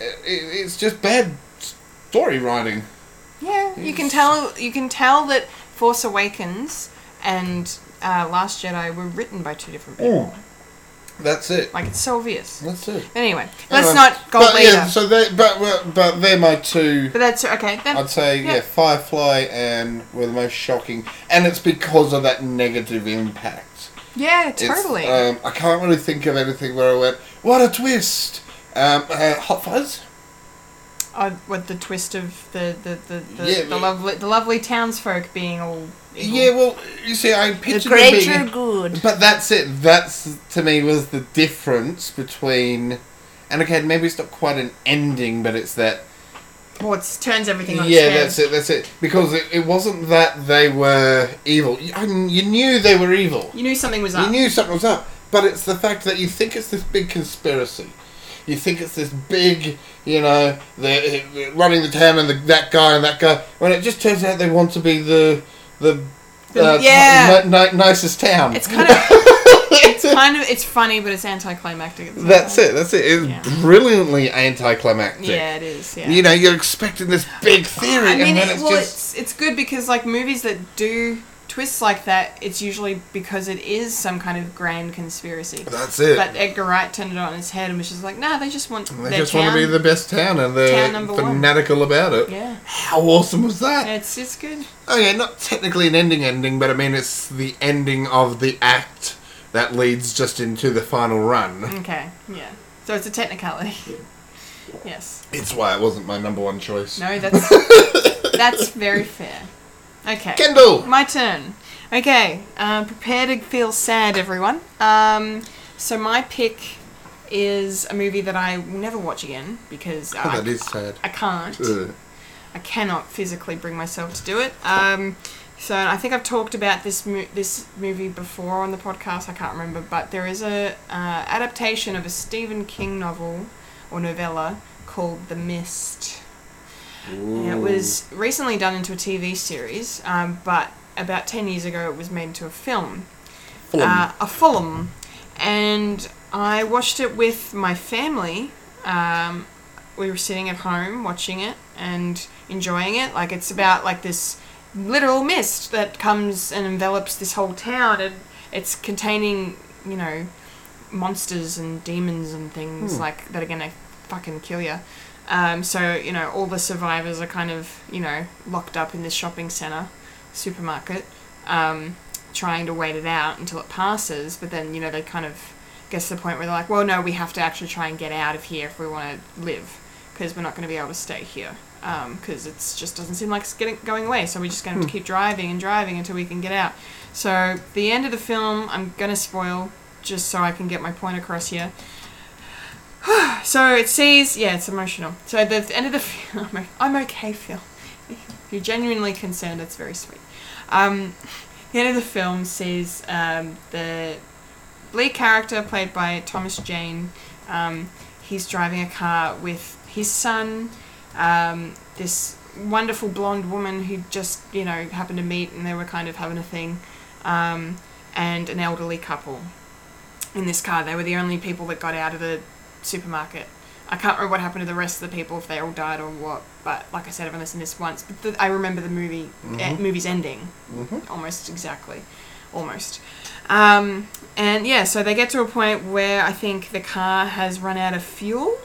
A: It, it's just bad story writing.
H: Yeah, you can tell. You can tell that Force Awakens and uh, Last Jedi were written by two different people.
A: That's it.
H: Like it's so obvious.
A: That's it.
H: Anyway, let's
A: Anyway,
H: not go
A: but,
H: later.
A: Yeah, so they, but but- but they're my two.
H: but that's okay. Then,
A: I'd say yeah, Firefly and were the most shocking, and it's because of that negative impact.
H: yeah,
A: It's,
H: totally.
A: um, I can't really think of anything where I went, "What a twist!" Um, uh, Hot Fuzz.
H: uh, what the twist of the the the, the,
A: Yeah,
H: the
A: but-
H: lovely the lovely townsfolk being all evil.
A: Yeah, well, you see, I pictured them
H: Mm-hmm. the greater
A: being-
H: good.
A: But that's it. That's to me was the difference between, and okay, maybe it's not quite an ending, but it's that.
H: Well, it turns everything on
A: Yeah,
H: its head.
A: that's it. That's it. Because it, it wasn't that they were evil. You, I mean, you knew they were evil.
H: You knew something was
A: You
H: up.
A: knew something was up. But it's the fact that you think it's this big conspiracy. You think it's this big, you know, they're they're running the town and the, that guy and that guy. When it just turns out they want to be the the,
H: The-
A: uh,
H: yeah.
A: ni- ni- nicest town.
H: it's kind of it's kind of it's funny, but it's anticlimactic. At the same
A: That's
H: time.
A: it. That's it. It's
H: Yeah.
A: brilliantly anticlimactic.
H: Yeah, it is. Yeah.
A: You know, you're expecting this big theory,
H: I mean,
A: and then
H: it,
A: it's
H: well,
A: just
H: it's it's good because like movies that do twists like that, it's usually because it is some kind of grand conspiracy.
A: that's it.
H: But Edgar Wright turned it on its head and was just like, nah, they just want
A: they
H: their
A: just want to be
H: town."
A: the best town, and
H: Town
A: they're
H: number one.
A: fanatical about it.
H: Yeah,
A: How awesome was that?
H: it's it's good.
A: Oh yeah, not technically an ending ending, but I mean it's the ending of the act that leads just into the final run.
H: Okay, yeah. So it's a technicality. yes.
A: It's why it wasn't my number one choice.
H: No, that's that's very fair. Okay.
A: Kendall.
H: My turn. Okay. Um, prepare to feel sad, everyone. Um, so my pick is a movie that I will never watch again because
A: Oh,
H: I,
A: that is sad.
H: I can't.
A: Ugh.
H: I cannot physically bring myself to do it. Um, so I think I've talked about this mo- this movie before on the podcast. I can't remember, but there is a uh, adaptation of a Stephen King novel or novella called The Mist. And it was recently done into a TV series, um, but about ten years ago it was made into a film. Uh, a Fulham, and I watched it with my family. Um, we were sitting at home watching it and enjoying it. Like it's about like this literal mist that comes and envelops this whole town, and it's containing you know monsters and demons and things like that are gonna fucking kill you. Um, so you know all the survivors are kind of you know locked up in this shopping center, supermarket, um, trying to wait it out until it passes. But then you know they kind of gets to the point where they're like, well, no, we have to actually try and get out of here if we want to live, because we're not going to be able to stay here, because it just doesn't seem like it's getting going away. So we're just going to have to keep driving and driving until we can get out. So the end of the film, I'm going to spoil just so I can get my point across here. so it sees, yeah, it's emotional. So the end of the film, I'm okay, Phil. If you're genuinely concerned, that's very sweet. Um, the end of the film sees um, the lead character played by Thomas Jane. Um, he's driving a car with his son, um, this wonderful blonde woman who just you know happened to meet and they were kind of having a thing, um, and an elderly couple in this car. They were the only people that got out of the supermarket. I can't remember what happened to the rest of the people if they all died or what. But like I said, I've only seen this once. But the, I remember the movie eh, movie's ending almost exactly, almost. Um, and yeah, so they get to a point where I think the car has run out of fuel,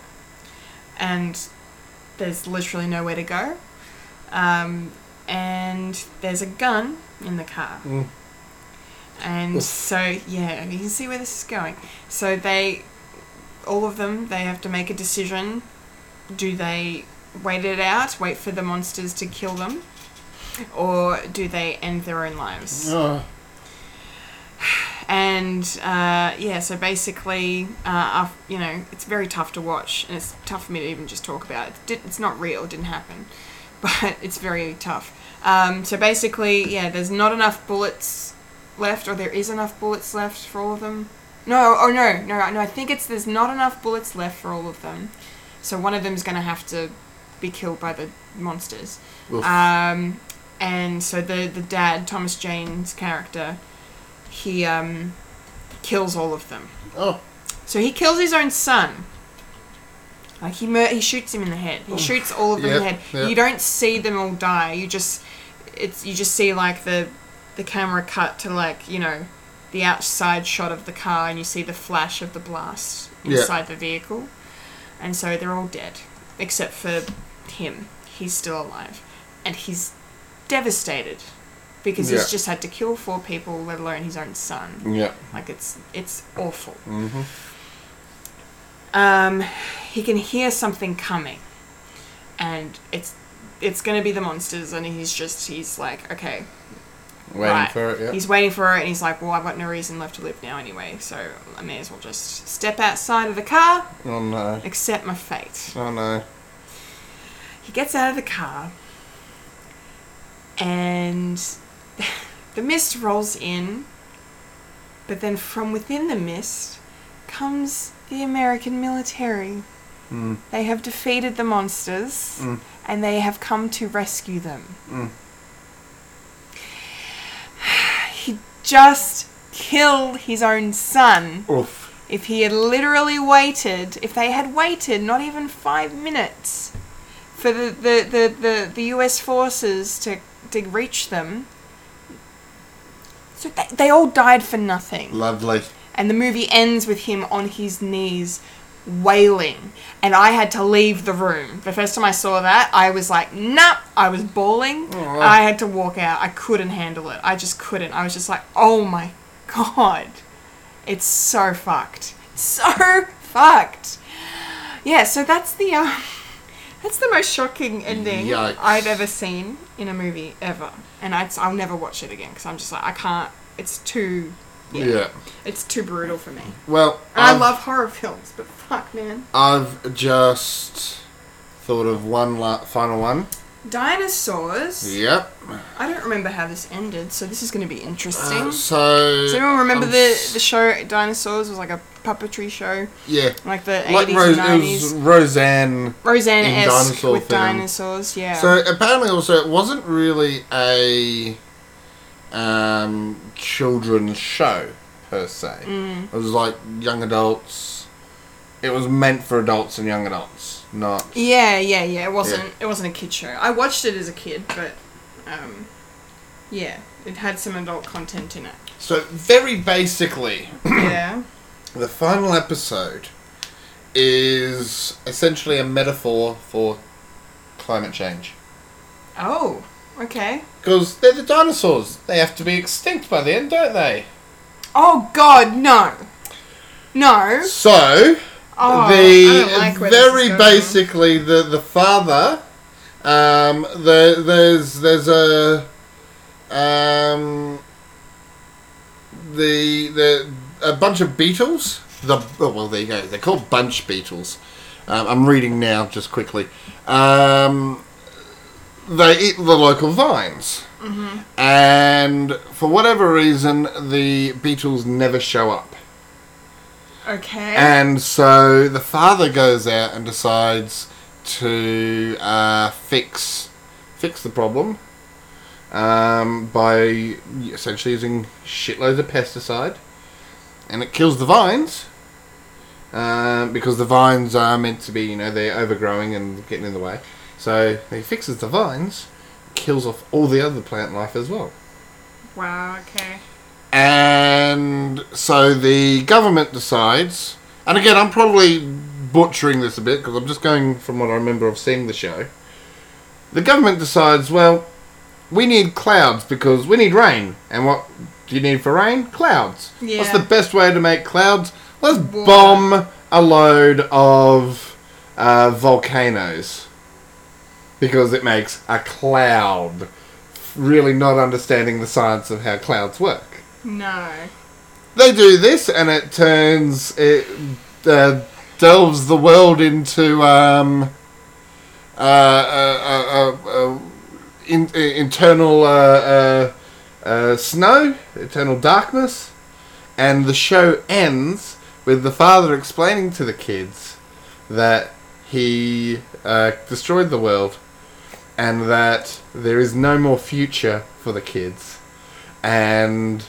H: and there's literally nowhere to go. Um, and there's a gun in the car. And so yeah, you can see where this is going. So they, all of them, they have to make a decision. Do they wait it out, wait for the monsters to kill them, or do they end their own lives?
A: Oh,
H: And uh, yeah, so basically, uh, af- you know, it's very tough to watch, and it's tough for me to even just talk about. It did, it's not real; it didn't happen, but it's very tough. Um, so basically, yeah, there's not enough bullets left, or there is enough bullets left for all of them. No, oh no, no, no. I think it's there's not enough bullets left for all of them, so one of them's going to have to be killed by the monsters.
A: Oof.
H: Um, and so the the dad, Thomas Jane's character, he um, kills all of them.
A: Oh,
H: So he kills his own son. Like he mur- he shoots him in the head. He shoots all of them in the
A: Oh. Yep,
H: head.
A: yep.
H: You don't see them all die. You just it's you just see like the the camera cut to like you know the outside shot of the car and you see the flash of the blast
A: Yeah.
H: inside the vehicle, and so they're all dead except for him. He's still alive, and he's devastated because
A: Yeah. Mm.
H: he's just had to kill four people, let alone his own son.
A: yeah.
H: Like it's it's awful.
A: Mm-hmm.
H: Um, he can hear something coming, and it's it's going to be the monsters, and he's just he's like okay,
A: Waiting
H: right.
A: for it. Yeah.
H: He's waiting for it, and he's like, well, I've got no reason left to live now anyway, so I may as well just step outside of the car,
A: oh no.
H: accept my fate.
A: Oh no.
H: He gets out of the car, and the mist rolls in, but then from within the mist comes the American military. They have defeated the monsters, and they have come to rescue them. He just killed his own son.
A: Oof.
H: If he had literally waited, if they had waited not even five minutes for the, the, the, the, the US forces to, to reach them, so they, they all died for nothing.
A: Lovely.
H: And the movie ends with him on his knees wailing. And I had to leave the room. The first time I saw that, I was like, nah, I was bawling.
A: Oh.
H: I had to walk out. I couldn't handle it. I just couldn't. I was just like, oh my god. It's so fucked. So fucked. Yeah, so that's the um, that's the most shocking ending
A: Yikes.
H: I've ever seen in a movie ever, and I, I'll never watch it again because I'm just like I can't. It's too
A: Yeah.
H: it's too brutal for me.
A: Well,
H: And I
A: I've-
H: love horror films, but fuck, man.
A: I've just thought of one la- final one.
H: Dinosaurs.
A: Yep.
H: I don't remember how this ended, so this is going to be interesting. Does
A: So.
H: anyone remember
A: Uh, I'm
H: the,
A: s-
H: the show Dinosaurs was like a puppetry show,
A: Yeah.
H: like the
A: Like
H: eighties
A: Rose, it
H: and
A: was
H: nineties.
A: Roseanne.
H: Roseanne
A: in
H: esque
A: dinosaur
H: with
A: film.
H: dinosaurs, yeah.
A: So apparently, also it wasn't really a um, children's show per se.
H: Mm.
A: It was like young adults. It was meant for adults and young adults, not.
H: yeah, yeah, yeah. It wasn't it wasn't a kid show. I watched it as a kid, but um, yeah, it had some adult content in it.
A: So very basically,
H: yeah.
A: The final episode is essentially a metaphor for climate change.
H: Oh, okay.
A: Because they're the dinosaurs. They have to be extinct by the end, don't they?
H: Oh God, no, no.
A: So,
H: Oh, I
A: the
H: don't like where this is
A: very
H: going.
A: basically the the father um the, there's there's a um the the a bunch of beetles the oh, well there you go they're called bunch beetles um, I'm reading now just quickly um they eat the local vines
H: Mm-hmm.
A: and for whatever reason the beetles never show up
H: Okay.
A: and so the father goes out and decides to uh, fix fix the problem um, by essentially using shitloads of pesticide, and it kills the vines um, because the vines are meant to be, you know, they're overgrowing and getting in the way. So he fixes the vines, kills off all the other plant life as well.
H: wow. Okay.
A: And so the government decides, and again, I'm probably butchering this a bit because I'm just going from what I remember of seeing the show. The government decides, well, we need clouds because we need rain. And what do you need for rain? Clouds. What's
H: Yeah.
A: the best way to make clouds? Let's
H: Water.
A: bomb a load of uh, volcanoes because it makes a cloud. Really, not understanding the science of how clouds work.
H: No.
A: they do this, and it turns it uh, delves the world into um, uh, uh, uh, uh, uh, in, uh, internal uh, uh, uh, snow, eternal darkness, and the show ends with the father explaining to the kids that he uh, destroyed the world and that there is no more future for the kids and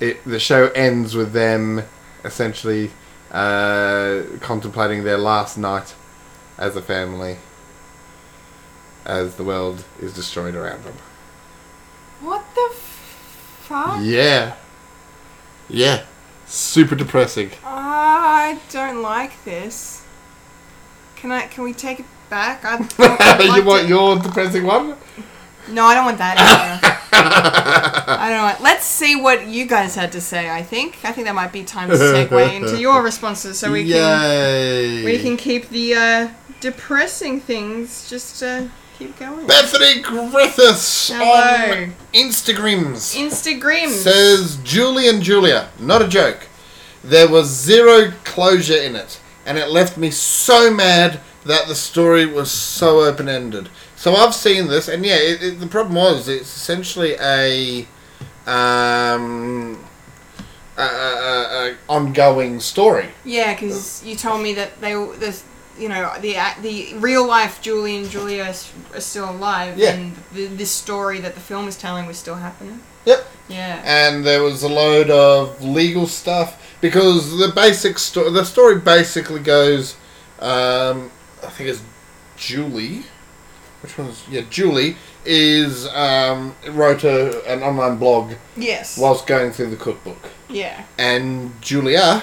A: it, the show ends with them essentially uh, contemplating their last night as a family as the world is destroyed around them.
H: What the f- fuck?
A: Yeah. Yeah. Super depressing.
H: I don't like this. Can I? Can we take it back? Oh, I I'd
A: you
H: like
A: want
H: to-
A: your depressing one?
H: No, I don't want that. Either. I don't want. Let's see what you guys had to say. I think. I think that might be time to segue into your responses, so we can
A: Yay.
H: we can keep the uh, depressing things just uh, keep going.
A: Bethany Griffiths
H: Hello.
A: on Instagrams.
H: Instagram.
A: says Julie and Julia. Not a joke. There was zero closure in it, and it left me so mad that the story was so open ended. So I've seen this, and yeah, it, it, the problem was it's essentially a um a, a, a, a ongoing story.
H: Yeah, because you told me that they, all- this, you know, the act- the real life Julie and Julia s- are still alive,
A: Yeah.
H: and the, this story that the film is telling was still happening.
A: Yep.
H: Yeah.
A: and there was a load of legal stuff because the basic story the story basically goes um, I think it's Julie which one's yeah Julie is um, wrote a, an online blog
H: Yes.
A: whilst going through the cookbook
H: yeah.
A: and Julia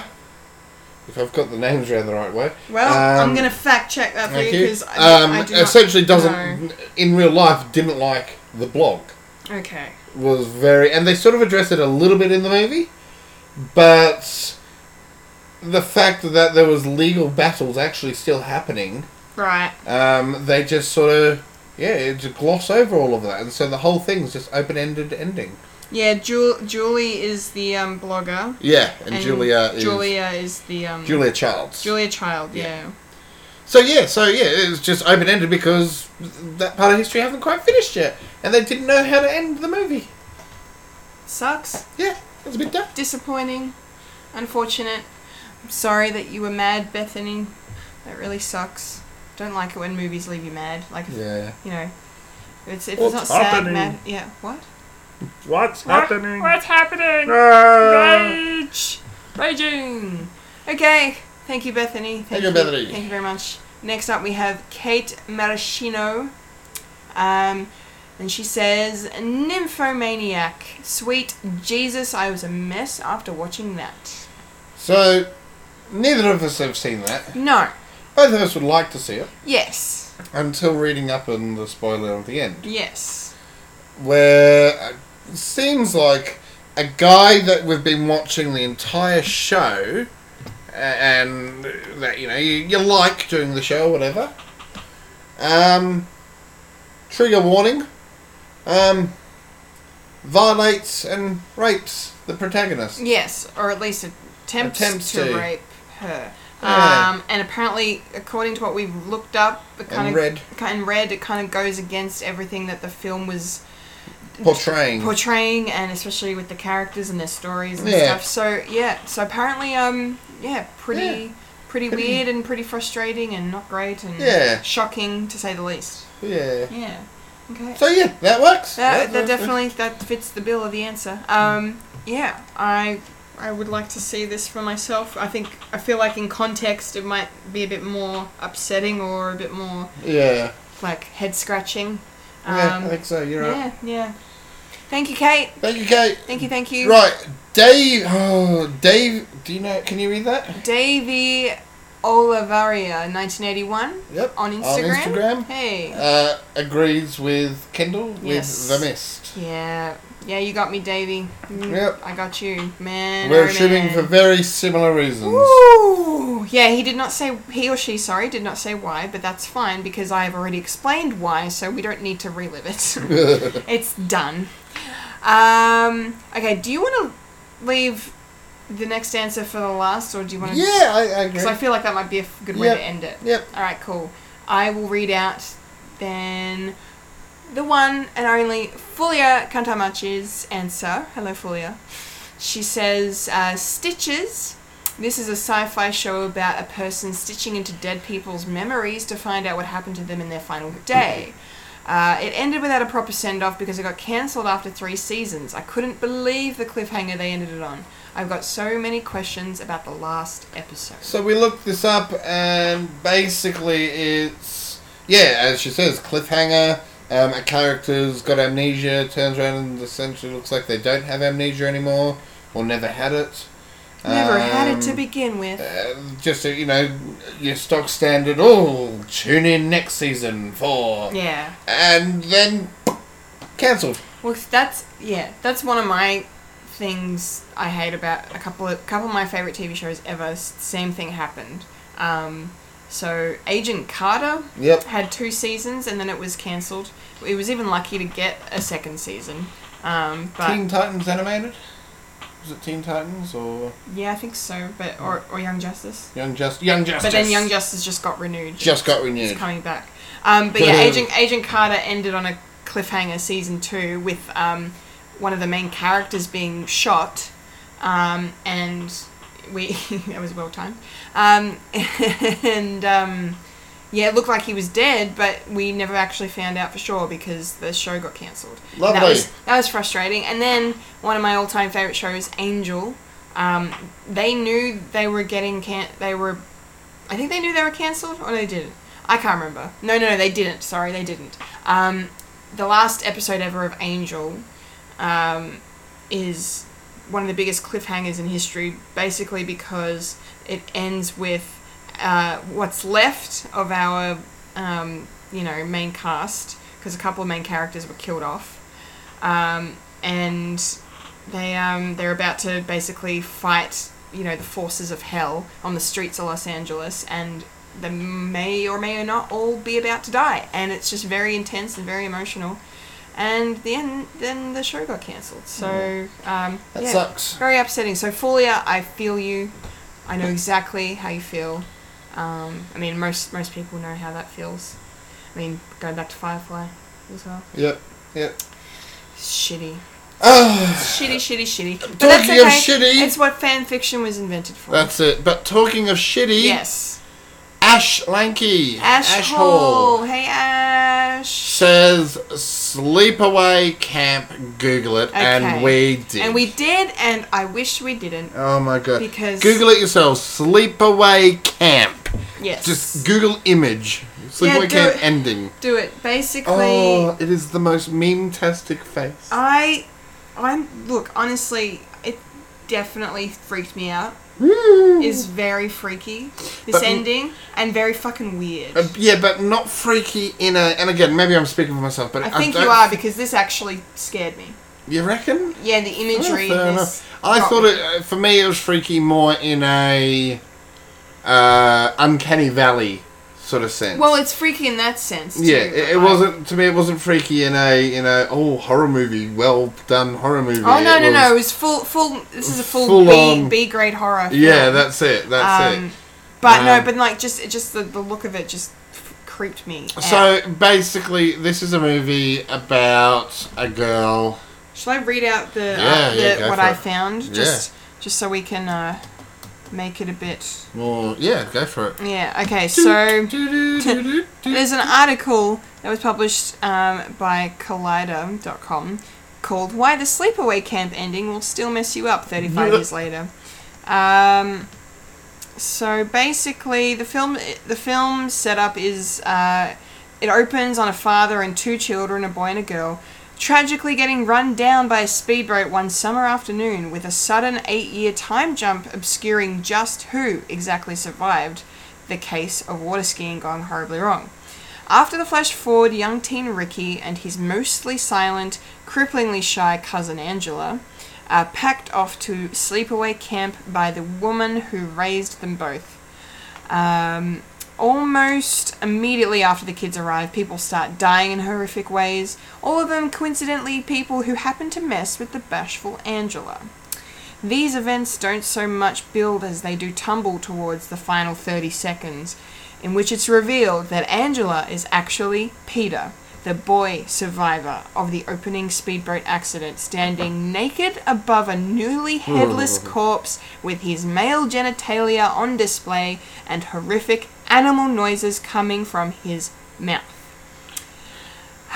A: if I've got the names around the right way
H: Well, I'm
A: um,
H: gonna fact check that for
A: thank
H: you
A: you
H: because I,
A: um,
H: I do not
A: essentially doesn't
H: know.
A: in real life didn't like the blog
H: Okay.
A: was very, and they sort of address it a little bit in the movie, but the fact that there was legal battles actually still happening,
H: Right.
A: um, they just sort of yeah, just gloss over all of that, and so the whole thing's just open ended ending.
H: Yeah. Jul- Julie is the um, blogger,
A: Yeah, and, Julia is
H: Julia is the um,
A: Julia Childs.
H: Julia Child.
A: Yeah.
H: Yeah.
A: So yeah, so yeah, it's just open ended because that part of history haven't quite finished yet, and they didn't know how to end the movie.
H: Sucks.
A: Yeah, it's a bit tough.
H: Disappointing. Unfortunate. I'm sorry that you were mad, Bethany. That really sucks. Don't like it when movies leave you mad. Like, if,
A: Yeah.
H: you know, if it's, if
I: What's
H: it's not
I: happening?
H: sad, mad. Yeah. What?
I: What's happening?
H: What's happening?
I: Ah!
H: Rage! Raging! Okay, thank you, Bethany.
A: Thank you, Bethany.
H: Thank you very much. Next up, we have Kate Maraschino. Um, and she says, Nymphomaniac. Sweet Jesus, I was a mess after watching that.
A: So neither of us have seen that.
H: No.
A: Both of us would like to see it.
H: Yes.
A: until reading up on the spoiler at the end,
H: Yes.
A: where it seems like a guy that we've been watching the entire show, a- and that you know you, you like doing the show, whatever. Um, trigger warning. Um, violates and rapes the protagonist.
H: Yes, or at least attempts,
A: Attempts
H: to,
A: to.
H: rape her.
A: Yeah.
H: Um, and apparently, according to what we've looked up, it kind of
A: read.
H: and read, it kind of goes against everything that the film was
A: Portraying.
H: portraying, and especially with the characters and their stories and
A: Yeah.
H: stuff. So yeah, so apparently, um, yeah, pretty, pretty weird and pretty frustrating and not great and
A: Yeah.
H: shocking to say the least.
A: yeah.
H: Yeah. Okay.
A: So yeah, that works.
H: That, that definitely that fits the bill of the answer. Um, yeah, I I would like to see this for myself. I think I feel like in context it might be a bit more upsetting or a bit more
A: Yeah.
H: like head scratching. Um,
A: Yeah, I think so. You're right.
H: yeah, yeah. Thank you, Kate.
A: Thank you, Kate.
H: Thank you, thank you.
A: Right, Dave. Oh, Dave. Do you know? Can you read that?
H: Davey Olivaria, 1981,
A: Yep.
H: on Instagram.
A: Instagram.
H: Hey.
A: Uh, agrees with Kendall
H: Yes.
A: with the mist.
H: yeah, yeah, you got me, Davey. Mm,
A: Yep.
H: I got you, man.
A: We're
H: oh,
A: shooting
H: man.
A: for very similar reasons.
H: Ooh. Yeah, he did not say he or she, sorry, did not say why, but that's fine because I have already explained why, so we don't need to relive it. it's done. Um, okay, do you want to leave the next answer for the last, or do you want to?
A: Yeah, I, I agree.
H: Because I feel like that might be a f- good way
A: Yep.
H: to end it.
A: Yep.
H: All right, cool. I will read out then the one and only Fulia Kantamachi's answer. Hello, Fulia. She says, uh, Stitches. This is a sci fi show about a person stitching into dead people's memories to find out what happened to them in their final day. Uh, it ended without a proper send off because it got cancelled after three seasons. I couldn't believe the cliffhanger they ended it on. I've got so many questions about the last episode.
A: So we looked this up, and basically it's yeah, as she says, cliffhanger. Um, a character's got amnesia, turns around and essentially looks like they don't have amnesia anymore, or never had it.
H: Never had it to
A: Um,
H: begin with.
A: Uh, just uh, you know, your stock standard. Oh, tune in next season for,
H: Yeah.
A: and then cancelled.
H: Well, that's yeah. That's one of my things I hate about a couple of couple of my favorite TV shows ever. s- Same thing happened. Um, so Agent Carter
A: Yep.
H: had two seasons and then it was cancelled. It was even lucky to get a second season. Um, but
A: Teen Titans animated. Was it Teen Titans or
H: yeah, I think so. But or, or Young Justice.
A: Young Just Young Justice?
H: But then Young Justice just got renewed.
A: just got
H: It's
A: renewed.
H: coming back. Um, but yeah, Agent Agent Carter ended on a cliffhanger season two with um, one of the main characters being shot, um, and we that was well timed. Um, and um, yeah, it looked like he was dead, but we never actually found out for sure because the show got cancelled. And That
A: Lovely.
H: was, that was frustrating. And then one of my all-time favorite shows, Angel. Um, they knew they were getting can they were I think they knew they were cancelled, or they didn't. I can't remember. No, no, no, they didn't. Sorry, they didn't. Um, the last episode ever of Angel um, is one of the biggest cliffhangers in history, basically because it ends with uh, what's left of our, um, you know, main cast, because a couple of main characters were killed off, um, and they um, they're about to basically fight, you know, the forces of hell on the streets of Los Angeles, and they may or may not all be about to die, and it's just very intense and very emotional. And then then the show got cancelled, so um,
A: That
H: yeah,
A: sucks.
H: Very upsetting. So Folia, I feel you. I know exactly how you feel. Um, I mean, most most people know how that feels. I mean, going back to Firefly as well.
A: Yep. Yep.
H: Shitty.
A: Ah.
H: Shitty, shitty, shitty. But
A: Talking
H: that's
A: of
H: okay.
A: shitty-
H: It's what fan fiction was invented for.
A: That's it. But talking of shitty,
H: yes.
A: Ash Lanky,
H: Ash, Hall. Hey, Ash.
A: says sleepaway camp. Google it,
H: Okay.
A: and we did.
H: And we did, and I wish we didn't.
A: Oh my god!
H: Because-
A: Google it yourself. Sleepaway camp.
H: Yes.
A: Just Google image. Sleepaway
H: do
A: camp
H: it.
A: ending.
H: do it. Basically,
A: Oh, it is the most meme-tastic face.
H: I, I'm look honestly, it definitely freaked me out. Is very freaky. This
A: But-
H: ending and very fucking weird.
A: Uh, yeah, but not freaky in a. And again, maybe I'm speaking for myself, but
H: I think you
A: don't-
H: are because this actually scared me.
A: You reckon?
H: Yeah, the imagery.
A: Oh, fair
H: in this
A: enough. I
H: got
A: thought
H: me.
A: it uh, for me it was freaky more in a uh, uncanny valley sort of sense.
H: Well, it's freaky in that sense.
A: yeah, it,
H: too,
A: it
H: but
A: wasn't to me. It wasn't freaky in a in a oh horror movie, well done horror movie.
H: I- Oh no
A: It
H: no
A: was-
H: no! It was full full. This is a full,
A: Full
H: B
A: on-
H: B grade horror. Film.
A: Yeah, that's it. That's
H: Um,
A: it.
H: But no,
A: um,
H: but like just it just the, the look of it just f- creeped me. out.
A: So basically, this is a movie about a girl.
H: shall I read out the,
A: Yeah,
H: uh,
A: yeah,
H: the
A: go
H: what
A: for
H: I
A: it.
H: found just just so we can uh, make it a bit
A: Well, yeah, go for it.
H: yeah okay so. There's an article that was published um, by Collider.com called Why the Sleepaway Camp Ending Will Still Mess You Up 35 Years Later. Um, so basically, the film the film setup is uh, it opens on a father and two children, a boy and a girl, tragically getting run down by a speedboat one summer afternoon, with a sudden eight year time jump obscuring just who exactly survived the case of water skiing gone horribly wrong. After the flash forward, young teen Ricky and his mostly silent, cripplingly shy cousin Angela are packed off to sleepaway camp by the woman who raised them both. Um, almost immediately after the kids arrive, people start dying in horrific ways, all of them coincidentally people who happen to mess with the bashful Angela. These events don't so much build as they do tumble towards the final 30 seconds, in which it's revealed that Angela is actually Peter, the boy survivor of the opening speedboat accident, standing naked above a newly headless corpse with his male genitalia on display and horrific animal noises coming from his mouth.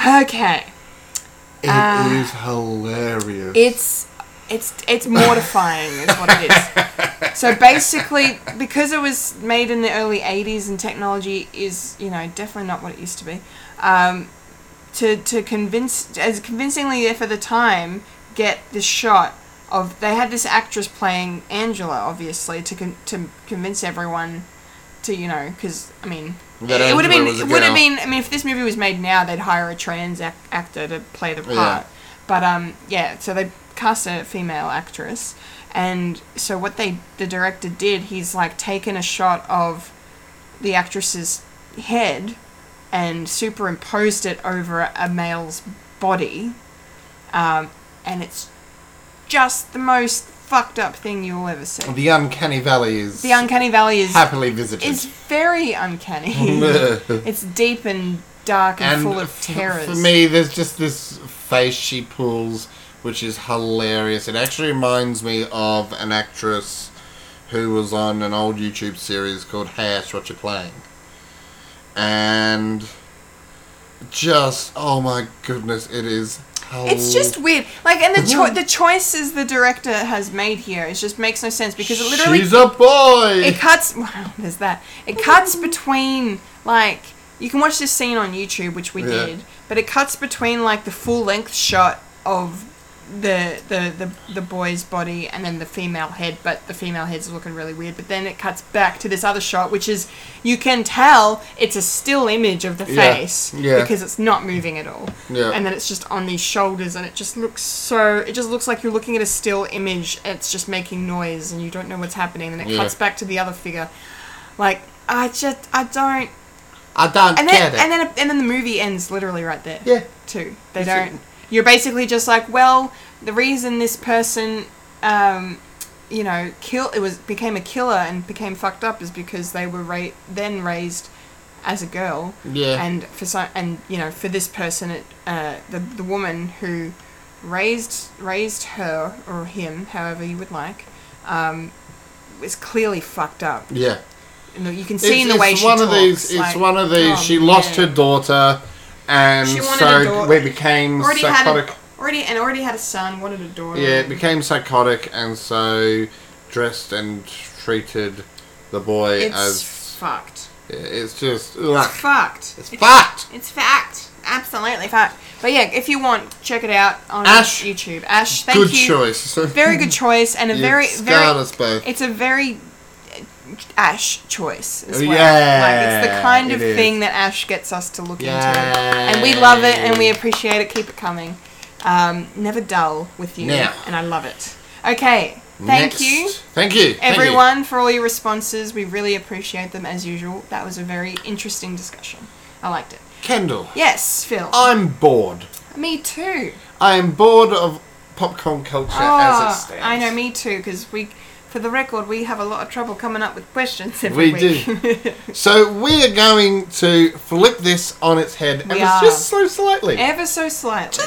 H: Okay.
A: It is
H: Uh,
A: hilarious.
H: It's it's it's mortifying is what it is. So basically, because it was made in the early '80s and technology is you know definitely not what it used to be, um, to to convince as convincingly for the time get this shot of they had this actress playing Angela obviously to con- to convince everyone to you know because I mean
A: That
H: it would have
A: Angela
H: been
A: was a
H: it would have
A: girl.
H: been I mean if this movie was made now they'd hire a trans ac- actor to play the part.
A: Yeah.
H: But um, yeah, so they cast a female actress, and so what they the director did, he's like taken a shot of the actress's head and superimposed it over a male's body, um, and it's just the most fucked up thing you'll ever see.
A: the uncanny valley is
H: The uncanny valley is
A: happily visited.
H: is very uncanny. it's deep and dark and, full of
A: f-
H: terrors.
A: For me, there's just this face she pulls, which is hilarious. It actually reminds me of an actress who was on an old YouTube series called Hey, Ash, What You Playing? And just, oh my goodness, it is
H: It's
A: oh.
H: just weird. Like, and the cho- the choices the director has made here, it just makes no sense because it literally
A: She's a boy!
H: it cuts. Wow, there's that. It cuts between like you can watch this scene on YouTube, which we
A: Yeah.
H: did, but it cuts between like the full length shot of the, the the the boy's body and then the female head, but the female head's looking really weird. But then it cuts back to this other shot, which is you can tell it's a still image of the
A: Yeah.
H: face
A: Yeah.
H: because it's not moving at all,
A: Yeah.
H: and then it's just on these shoulders, and it just looks so. It just looks like you're looking at a still image. And it's just making noise, and you don't know what's happening. And it
A: Yeah.
H: cuts back to the other figure. Like I just I don't.
A: I don't
H: And
A: get
H: then
A: it.
H: and then and then the movie ends literally right there.
A: Yeah.
H: Too. They
A: It's
H: don't. You're basically just like, well, the reason this person, um, you know, kill it was became a killer and became fucked up is because they were ra- then raised as a girl.
A: Yeah.
H: And for so and you know for this person, it uh, the the woman who raised raised her or him, however you would like. Um, was clearly fucked up.
A: yeah.
H: And you can see in the way she
B: one
H: talks.
B: of these-
A: It's
H: like,
A: one of these.
H: oh,
A: she lost
H: man.
A: her daughter, and
H: She wanted
A: so
H: a daugh-
A: we became
H: already
A: psychotic.
H: had a, already and already had a son, wanted a daughter.
A: Yeah, it became psychotic, and so dressed and treated the boy
H: it's
A: as.
H: fucked.
A: yeah, it's just.
H: It's
A: ugh,
H: fucked.
A: it's fucked!
H: It's fact. Absolutely fact. But yeah, if you want, check it out on
A: Ash.
H: YouTube. Ash, thank
A: Good
H: you.
A: choice.
H: Very good choice and a
A: You
H: very
A: scarred
H: very.
A: us both.
H: It's a very uh, Ash choice as well.
A: Yeah,
H: like it's the kind of
A: it is.
H: thing that Ash gets us to look into,
A: Yay.
H: and we love it and we appreciate it. Keep it coming. Um, never dull with you,
A: Now.
H: and I love it. Okay, thank
A: Next.
H: you.
A: Thank you. thank you.
H: everyone for all your responses. We really appreciate them as usual. That was a very interesting discussion. I liked it.
A: Kendall,
H: Yes, Phil.
A: I'm bored.
H: me too.
A: I am bored of popcorn culture
H: Oh,
A: as it stands.
H: I know, me too. Because we, for the record, we have a lot of trouble coming up with questions every
A: We
H: week.
A: do. So we are going to flip this on its head and
H: We
A: it's
H: are. Eh?
A: just so slightly.
H: Ever so slightly.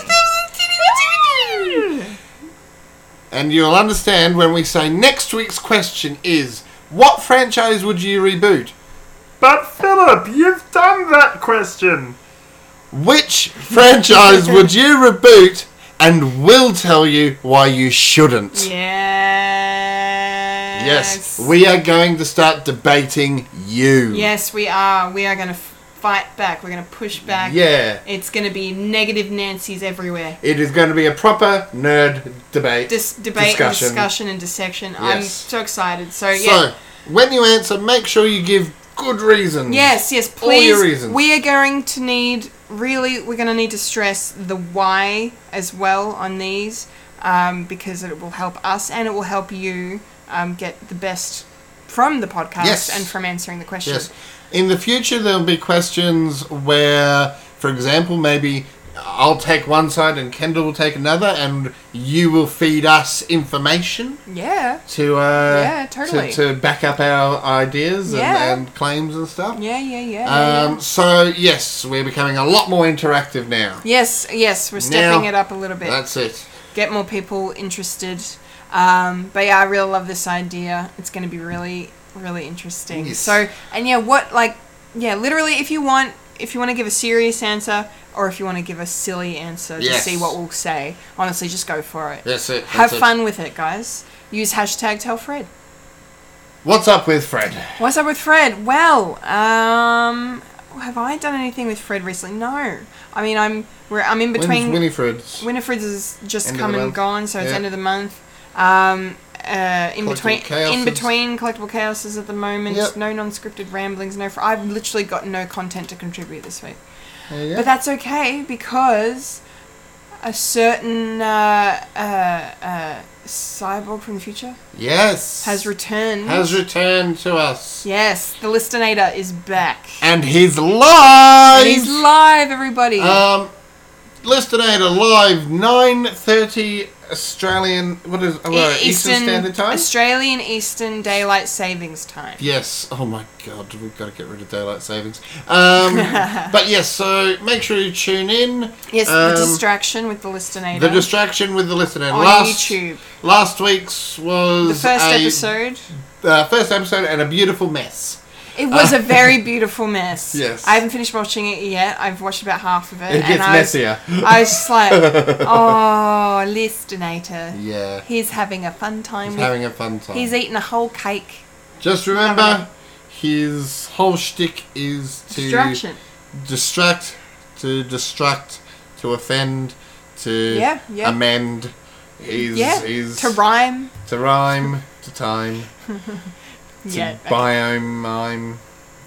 A: And you'll understand when we say next week's question is what franchise would you reboot?
I: But Philip, you've done that question.
A: Which franchise would you reboot? And we'll tell you why you shouldn't.
H: Yes.
A: Yes, we are going to start debating you.
H: Yes, we are. We are going to fight back. We're going to push back.
A: Yeah.
H: It's going to be negative Nancy's everywhere.
A: It is going to be a proper nerd debate.
H: dis- debate
A: Discussion.
H: and discussion and dissection. I'm
A: Yes.
H: so excited. So yeah.
A: So, when you answer, make sure you give good reasons.
H: yes, yes,
A: All your
H: please.
A: reasons.
H: We are going to need really we're going to need to stress the why as well on these um, because it will help us and it will help you um, get the best from the podcast
A: Yes.
H: and from answering the questions.
A: Yes. In the future, there'll be questions where, for example, maybe I'll take one side and Kendall will take another, and you will feed us information
H: Yeah.
A: to uh,
H: Yeah, totally.
A: to, to back up our ideas and,
H: Yeah.
A: and claims and stuff.
H: Yeah, yeah, yeah. yeah, yeah.
A: Um, so yes, we're becoming a lot more interactive now.
H: Yes, yes, we're stepping it up a little bit.
A: That's it.
H: Get more people interested. Um, but yeah, I really love this idea. It's going to be really, really interesting.
A: Yes.
H: So, and yeah, what like, yeah, literally, if you want, if you want to give a serious answer, or if you want to give a silly answer
A: Yes.
H: to see what we'll say, honestly, just go for it.
A: That's it.
H: Have
A: That's it.
H: fun with it, guys. Use hashtag tell Fred.
A: What's up with Fred?
H: What's up with Fred? Well, um, have I done anything with Fred recently? No. I mean, I'm we're, I'm in between.
A: When's Winifred's?
H: Winifred's is just
A: End of
H: come
A: the
H: and
A: month.
H: gone, so it's
A: Yeah.
H: end of the month. Um, uh, in
A: Collectible
H: between, in
A: chaoses.
H: between collectible chaoses at the moment.
A: Yep.
H: No non-scripted ramblings. No, fr- I've literally got no content to contribute this week,
A: There you go.
H: but that's okay because a certain uh, uh, uh, cyborg from the future
A: yes.
H: has returned.
A: has returned to us.
H: yes, the Listinator is back.
A: And he's live.
H: And he's live, everybody.
A: Um, Listinator live nine thirty Australian. What is oh,
H: E-
A: uh, Eastern, Standard Time?
H: Australian Eastern Daylight Savings Time.
A: Yes. Oh my god, we've got to get rid of daylight savings. Um, but yes, so make sure you tune in.
H: Yes,
A: Um,
H: the distraction with the Listinator.
A: The distraction with the listener.
H: on
A: last,
H: YouTube.
A: Last week's was
H: The first
A: a,
H: episode.
A: Uh, first episode and a beautiful mess.
H: It was a very beautiful mess.
A: Yes.
H: I haven't finished watching it yet. I've watched about half of it.
A: It gets
H: I was-
A: messier.
H: I was just like, oh, Listinator.
A: Yeah.
H: He's having a fun time.
A: He's
H: with-
A: having a fun time.
H: he's eaten a whole cake.
A: Just
H: having
A: remember, his whole shtick is to
H: Distraction.
A: distract, to distract, to offend, to
H: Yeah, yeah.
A: amend. He's,
H: yeah.
A: he's
H: To rhyme.
A: to rhyme, to time, to
H: Yeah. okay.
A: biome, mime,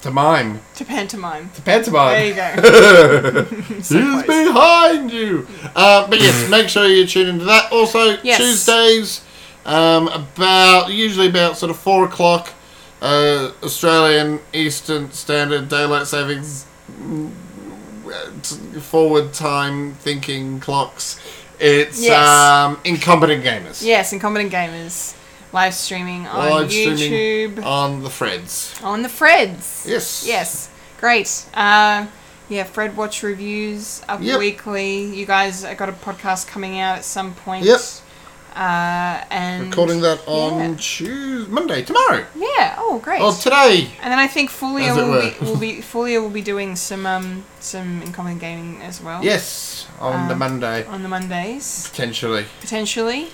A: to mime,
H: To pantomime.
A: to pantomime.
H: There you go.
A: He's
H: close.
A: behind you. Uh, but yes, make sure you tune into that. Also,
H: Yes.
A: Tuesdays, um, about usually about sort of four o'clock, uh, Australian Eastern Standard Daylight Savings mm, uh, t- forward time thinking clocks. It's
H: Yes.
A: um, incompetent gamers.
H: yes, Incompetent Gamers. Live streaming on
A: Live
H: YouTube.
A: streaming on the Freds.
H: on the Freds.
A: Yes.
H: Yes. Great. Uh, yeah, Fred Watch reviews up
A: Yep.
H: weekly. You guys I got a podcast coming out at some point.
A: Yep.
H: Uh, and
A: Recording that on
H: Mm. Yeah.
A: Tuesday, Monday, tomorrow.
H: Yeah. Oh, great.
A: Oh, today.
H: and then I think Fulia
A: As it
H: will be,
A: were.
H: will be Fulia will be doing some um some Incommon Gaming as well.
A: Yes, on
H: Um,
A: the Monday.
H: On the Mondays
A: Potentially.
H: potentially.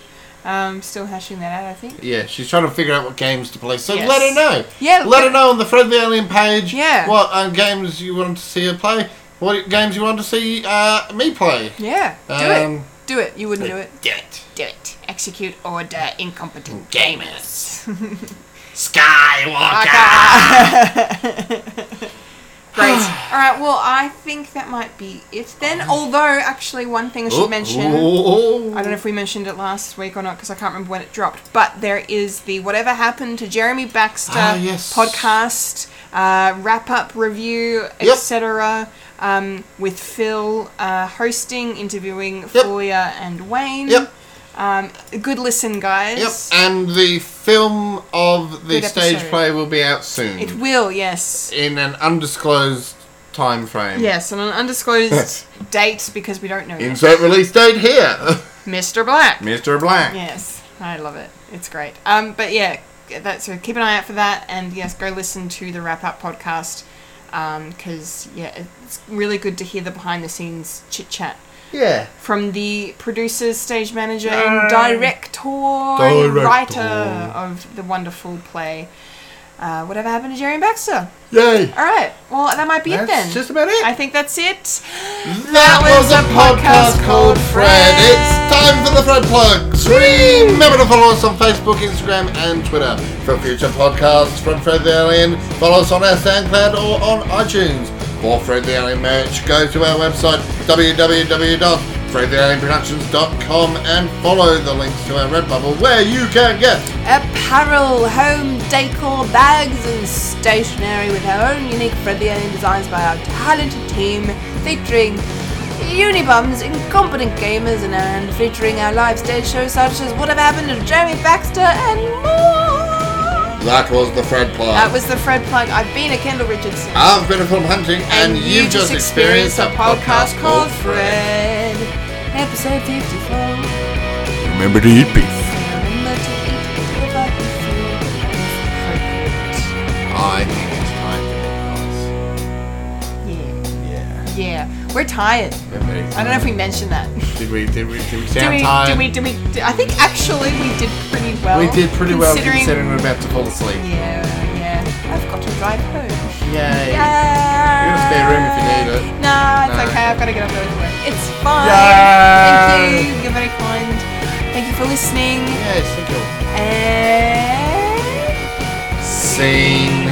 H: Um, still hashing that out. I think.
A: Yeah, she's trying to figure out what games to play. So
H: Yes.
A: let her know.
H: Yeah,
A: Let
H: let-
A: her know on the Fred the Alien page
H: Yeah.
A: what um, games you want to see her play, what games you want to see uh, me play.
H: Yeah. Do it.
A: Um,
H: Do it. You wouldn't do it.
A: Get.
H: Do it. Execute order. Incompetent gamers.
A: Skywalker.
H: Great. All right. Well, I think that might be it then. Although, actually, one thing I
A: Oh,
H: should mention.
A: Ooh.
H: I don't know if we mentioned it last week or not because I can't remember when it dropped. But there is the Whatever Happened to Jeremy Baxter
A: Ah, yes.
H: podcast uh, wrap up review,
A: Yep.
H: etc. Um, with Phil uh, hosting, interviewing yep. and Wayne.
A: Yep.
H: Um, good listen,
A: Yep,
H: guys.
A: and the film of the
H: Good
A: stage
H: episode.
A: play will be out soon.
H: It will, yes.
A: in an undisclosed time frame.
H: Yes, on an undisclosed date because we don't know yet.
A: Insert release date here.
H: Mr. Black.
A: Mr. Black.
H: Yes, I love it. It's great. Um, but yeah, that's so keep an eye out for that, and yes, go listen to the wrap up podcast because yeah, it's really good to hear the behind the scenes chit chat
A: Yeah.
H: from the producers, stage manager, and director, and
A: Director.
H: writer of the wonderful play. Uh, whatever happened to Jerry and Baxter?
A: Yay.
H: All right. Well, that might be it
A: That's
H: then.
A: just about it.
H: I think that's it.
A: That was a podcast called Fred. It's time for the Fred plugs. Remember to follow us on Facebook, Instagram, and Twitter for future podcasts from Fred the Alien. Follow us on our SoundCloud or on iTunes. For Fred the Alien merch, go to our website www.fredthealienproductions.com and follow the links to our Redbubble where you can get
J: apparel, home decor, bags, and stationery with our own unique Freddy and designs by our talented team, featuring Unibums, Incompetent Gamers, and, and featuring our live stage shows such as What Have Happened to Jeremy Baxter and more.
A: That was the Fred plot.
H: That was the Fred plug. I've been a Kendall Richardson.
A: I've been a film hunting, and, you just experienced a podcast called Fred.
J: Fred. Episode 54.
G: Remember to eat beef.
J: Remember to eat whatever you feel is appropriate.
A: I think it's time to make
H: Yeah.
A: noise. Yeah.
H: Yeah. We're tired. I don't know if we mentioned that.
A: Did we, did we, did we
H: Do
A: sound
H: we,
A: tired?
H: do we, do we, do- I think actually we did pretty well.
A: We did pretty well considering we're about to fall asleep.
H: Yeah, yeah. I've got to drive home.
A: Yay.
H: Yeah.
A: You've got a spare room if you need it.
H: Nah, it's
A: No.
H: okay. I've got to get up early to work. It's fine.
A: Yay.
H: Thank you. You're very kind. Thank you for listening.
A: Yes, thank you.
H: And.
A: Scene.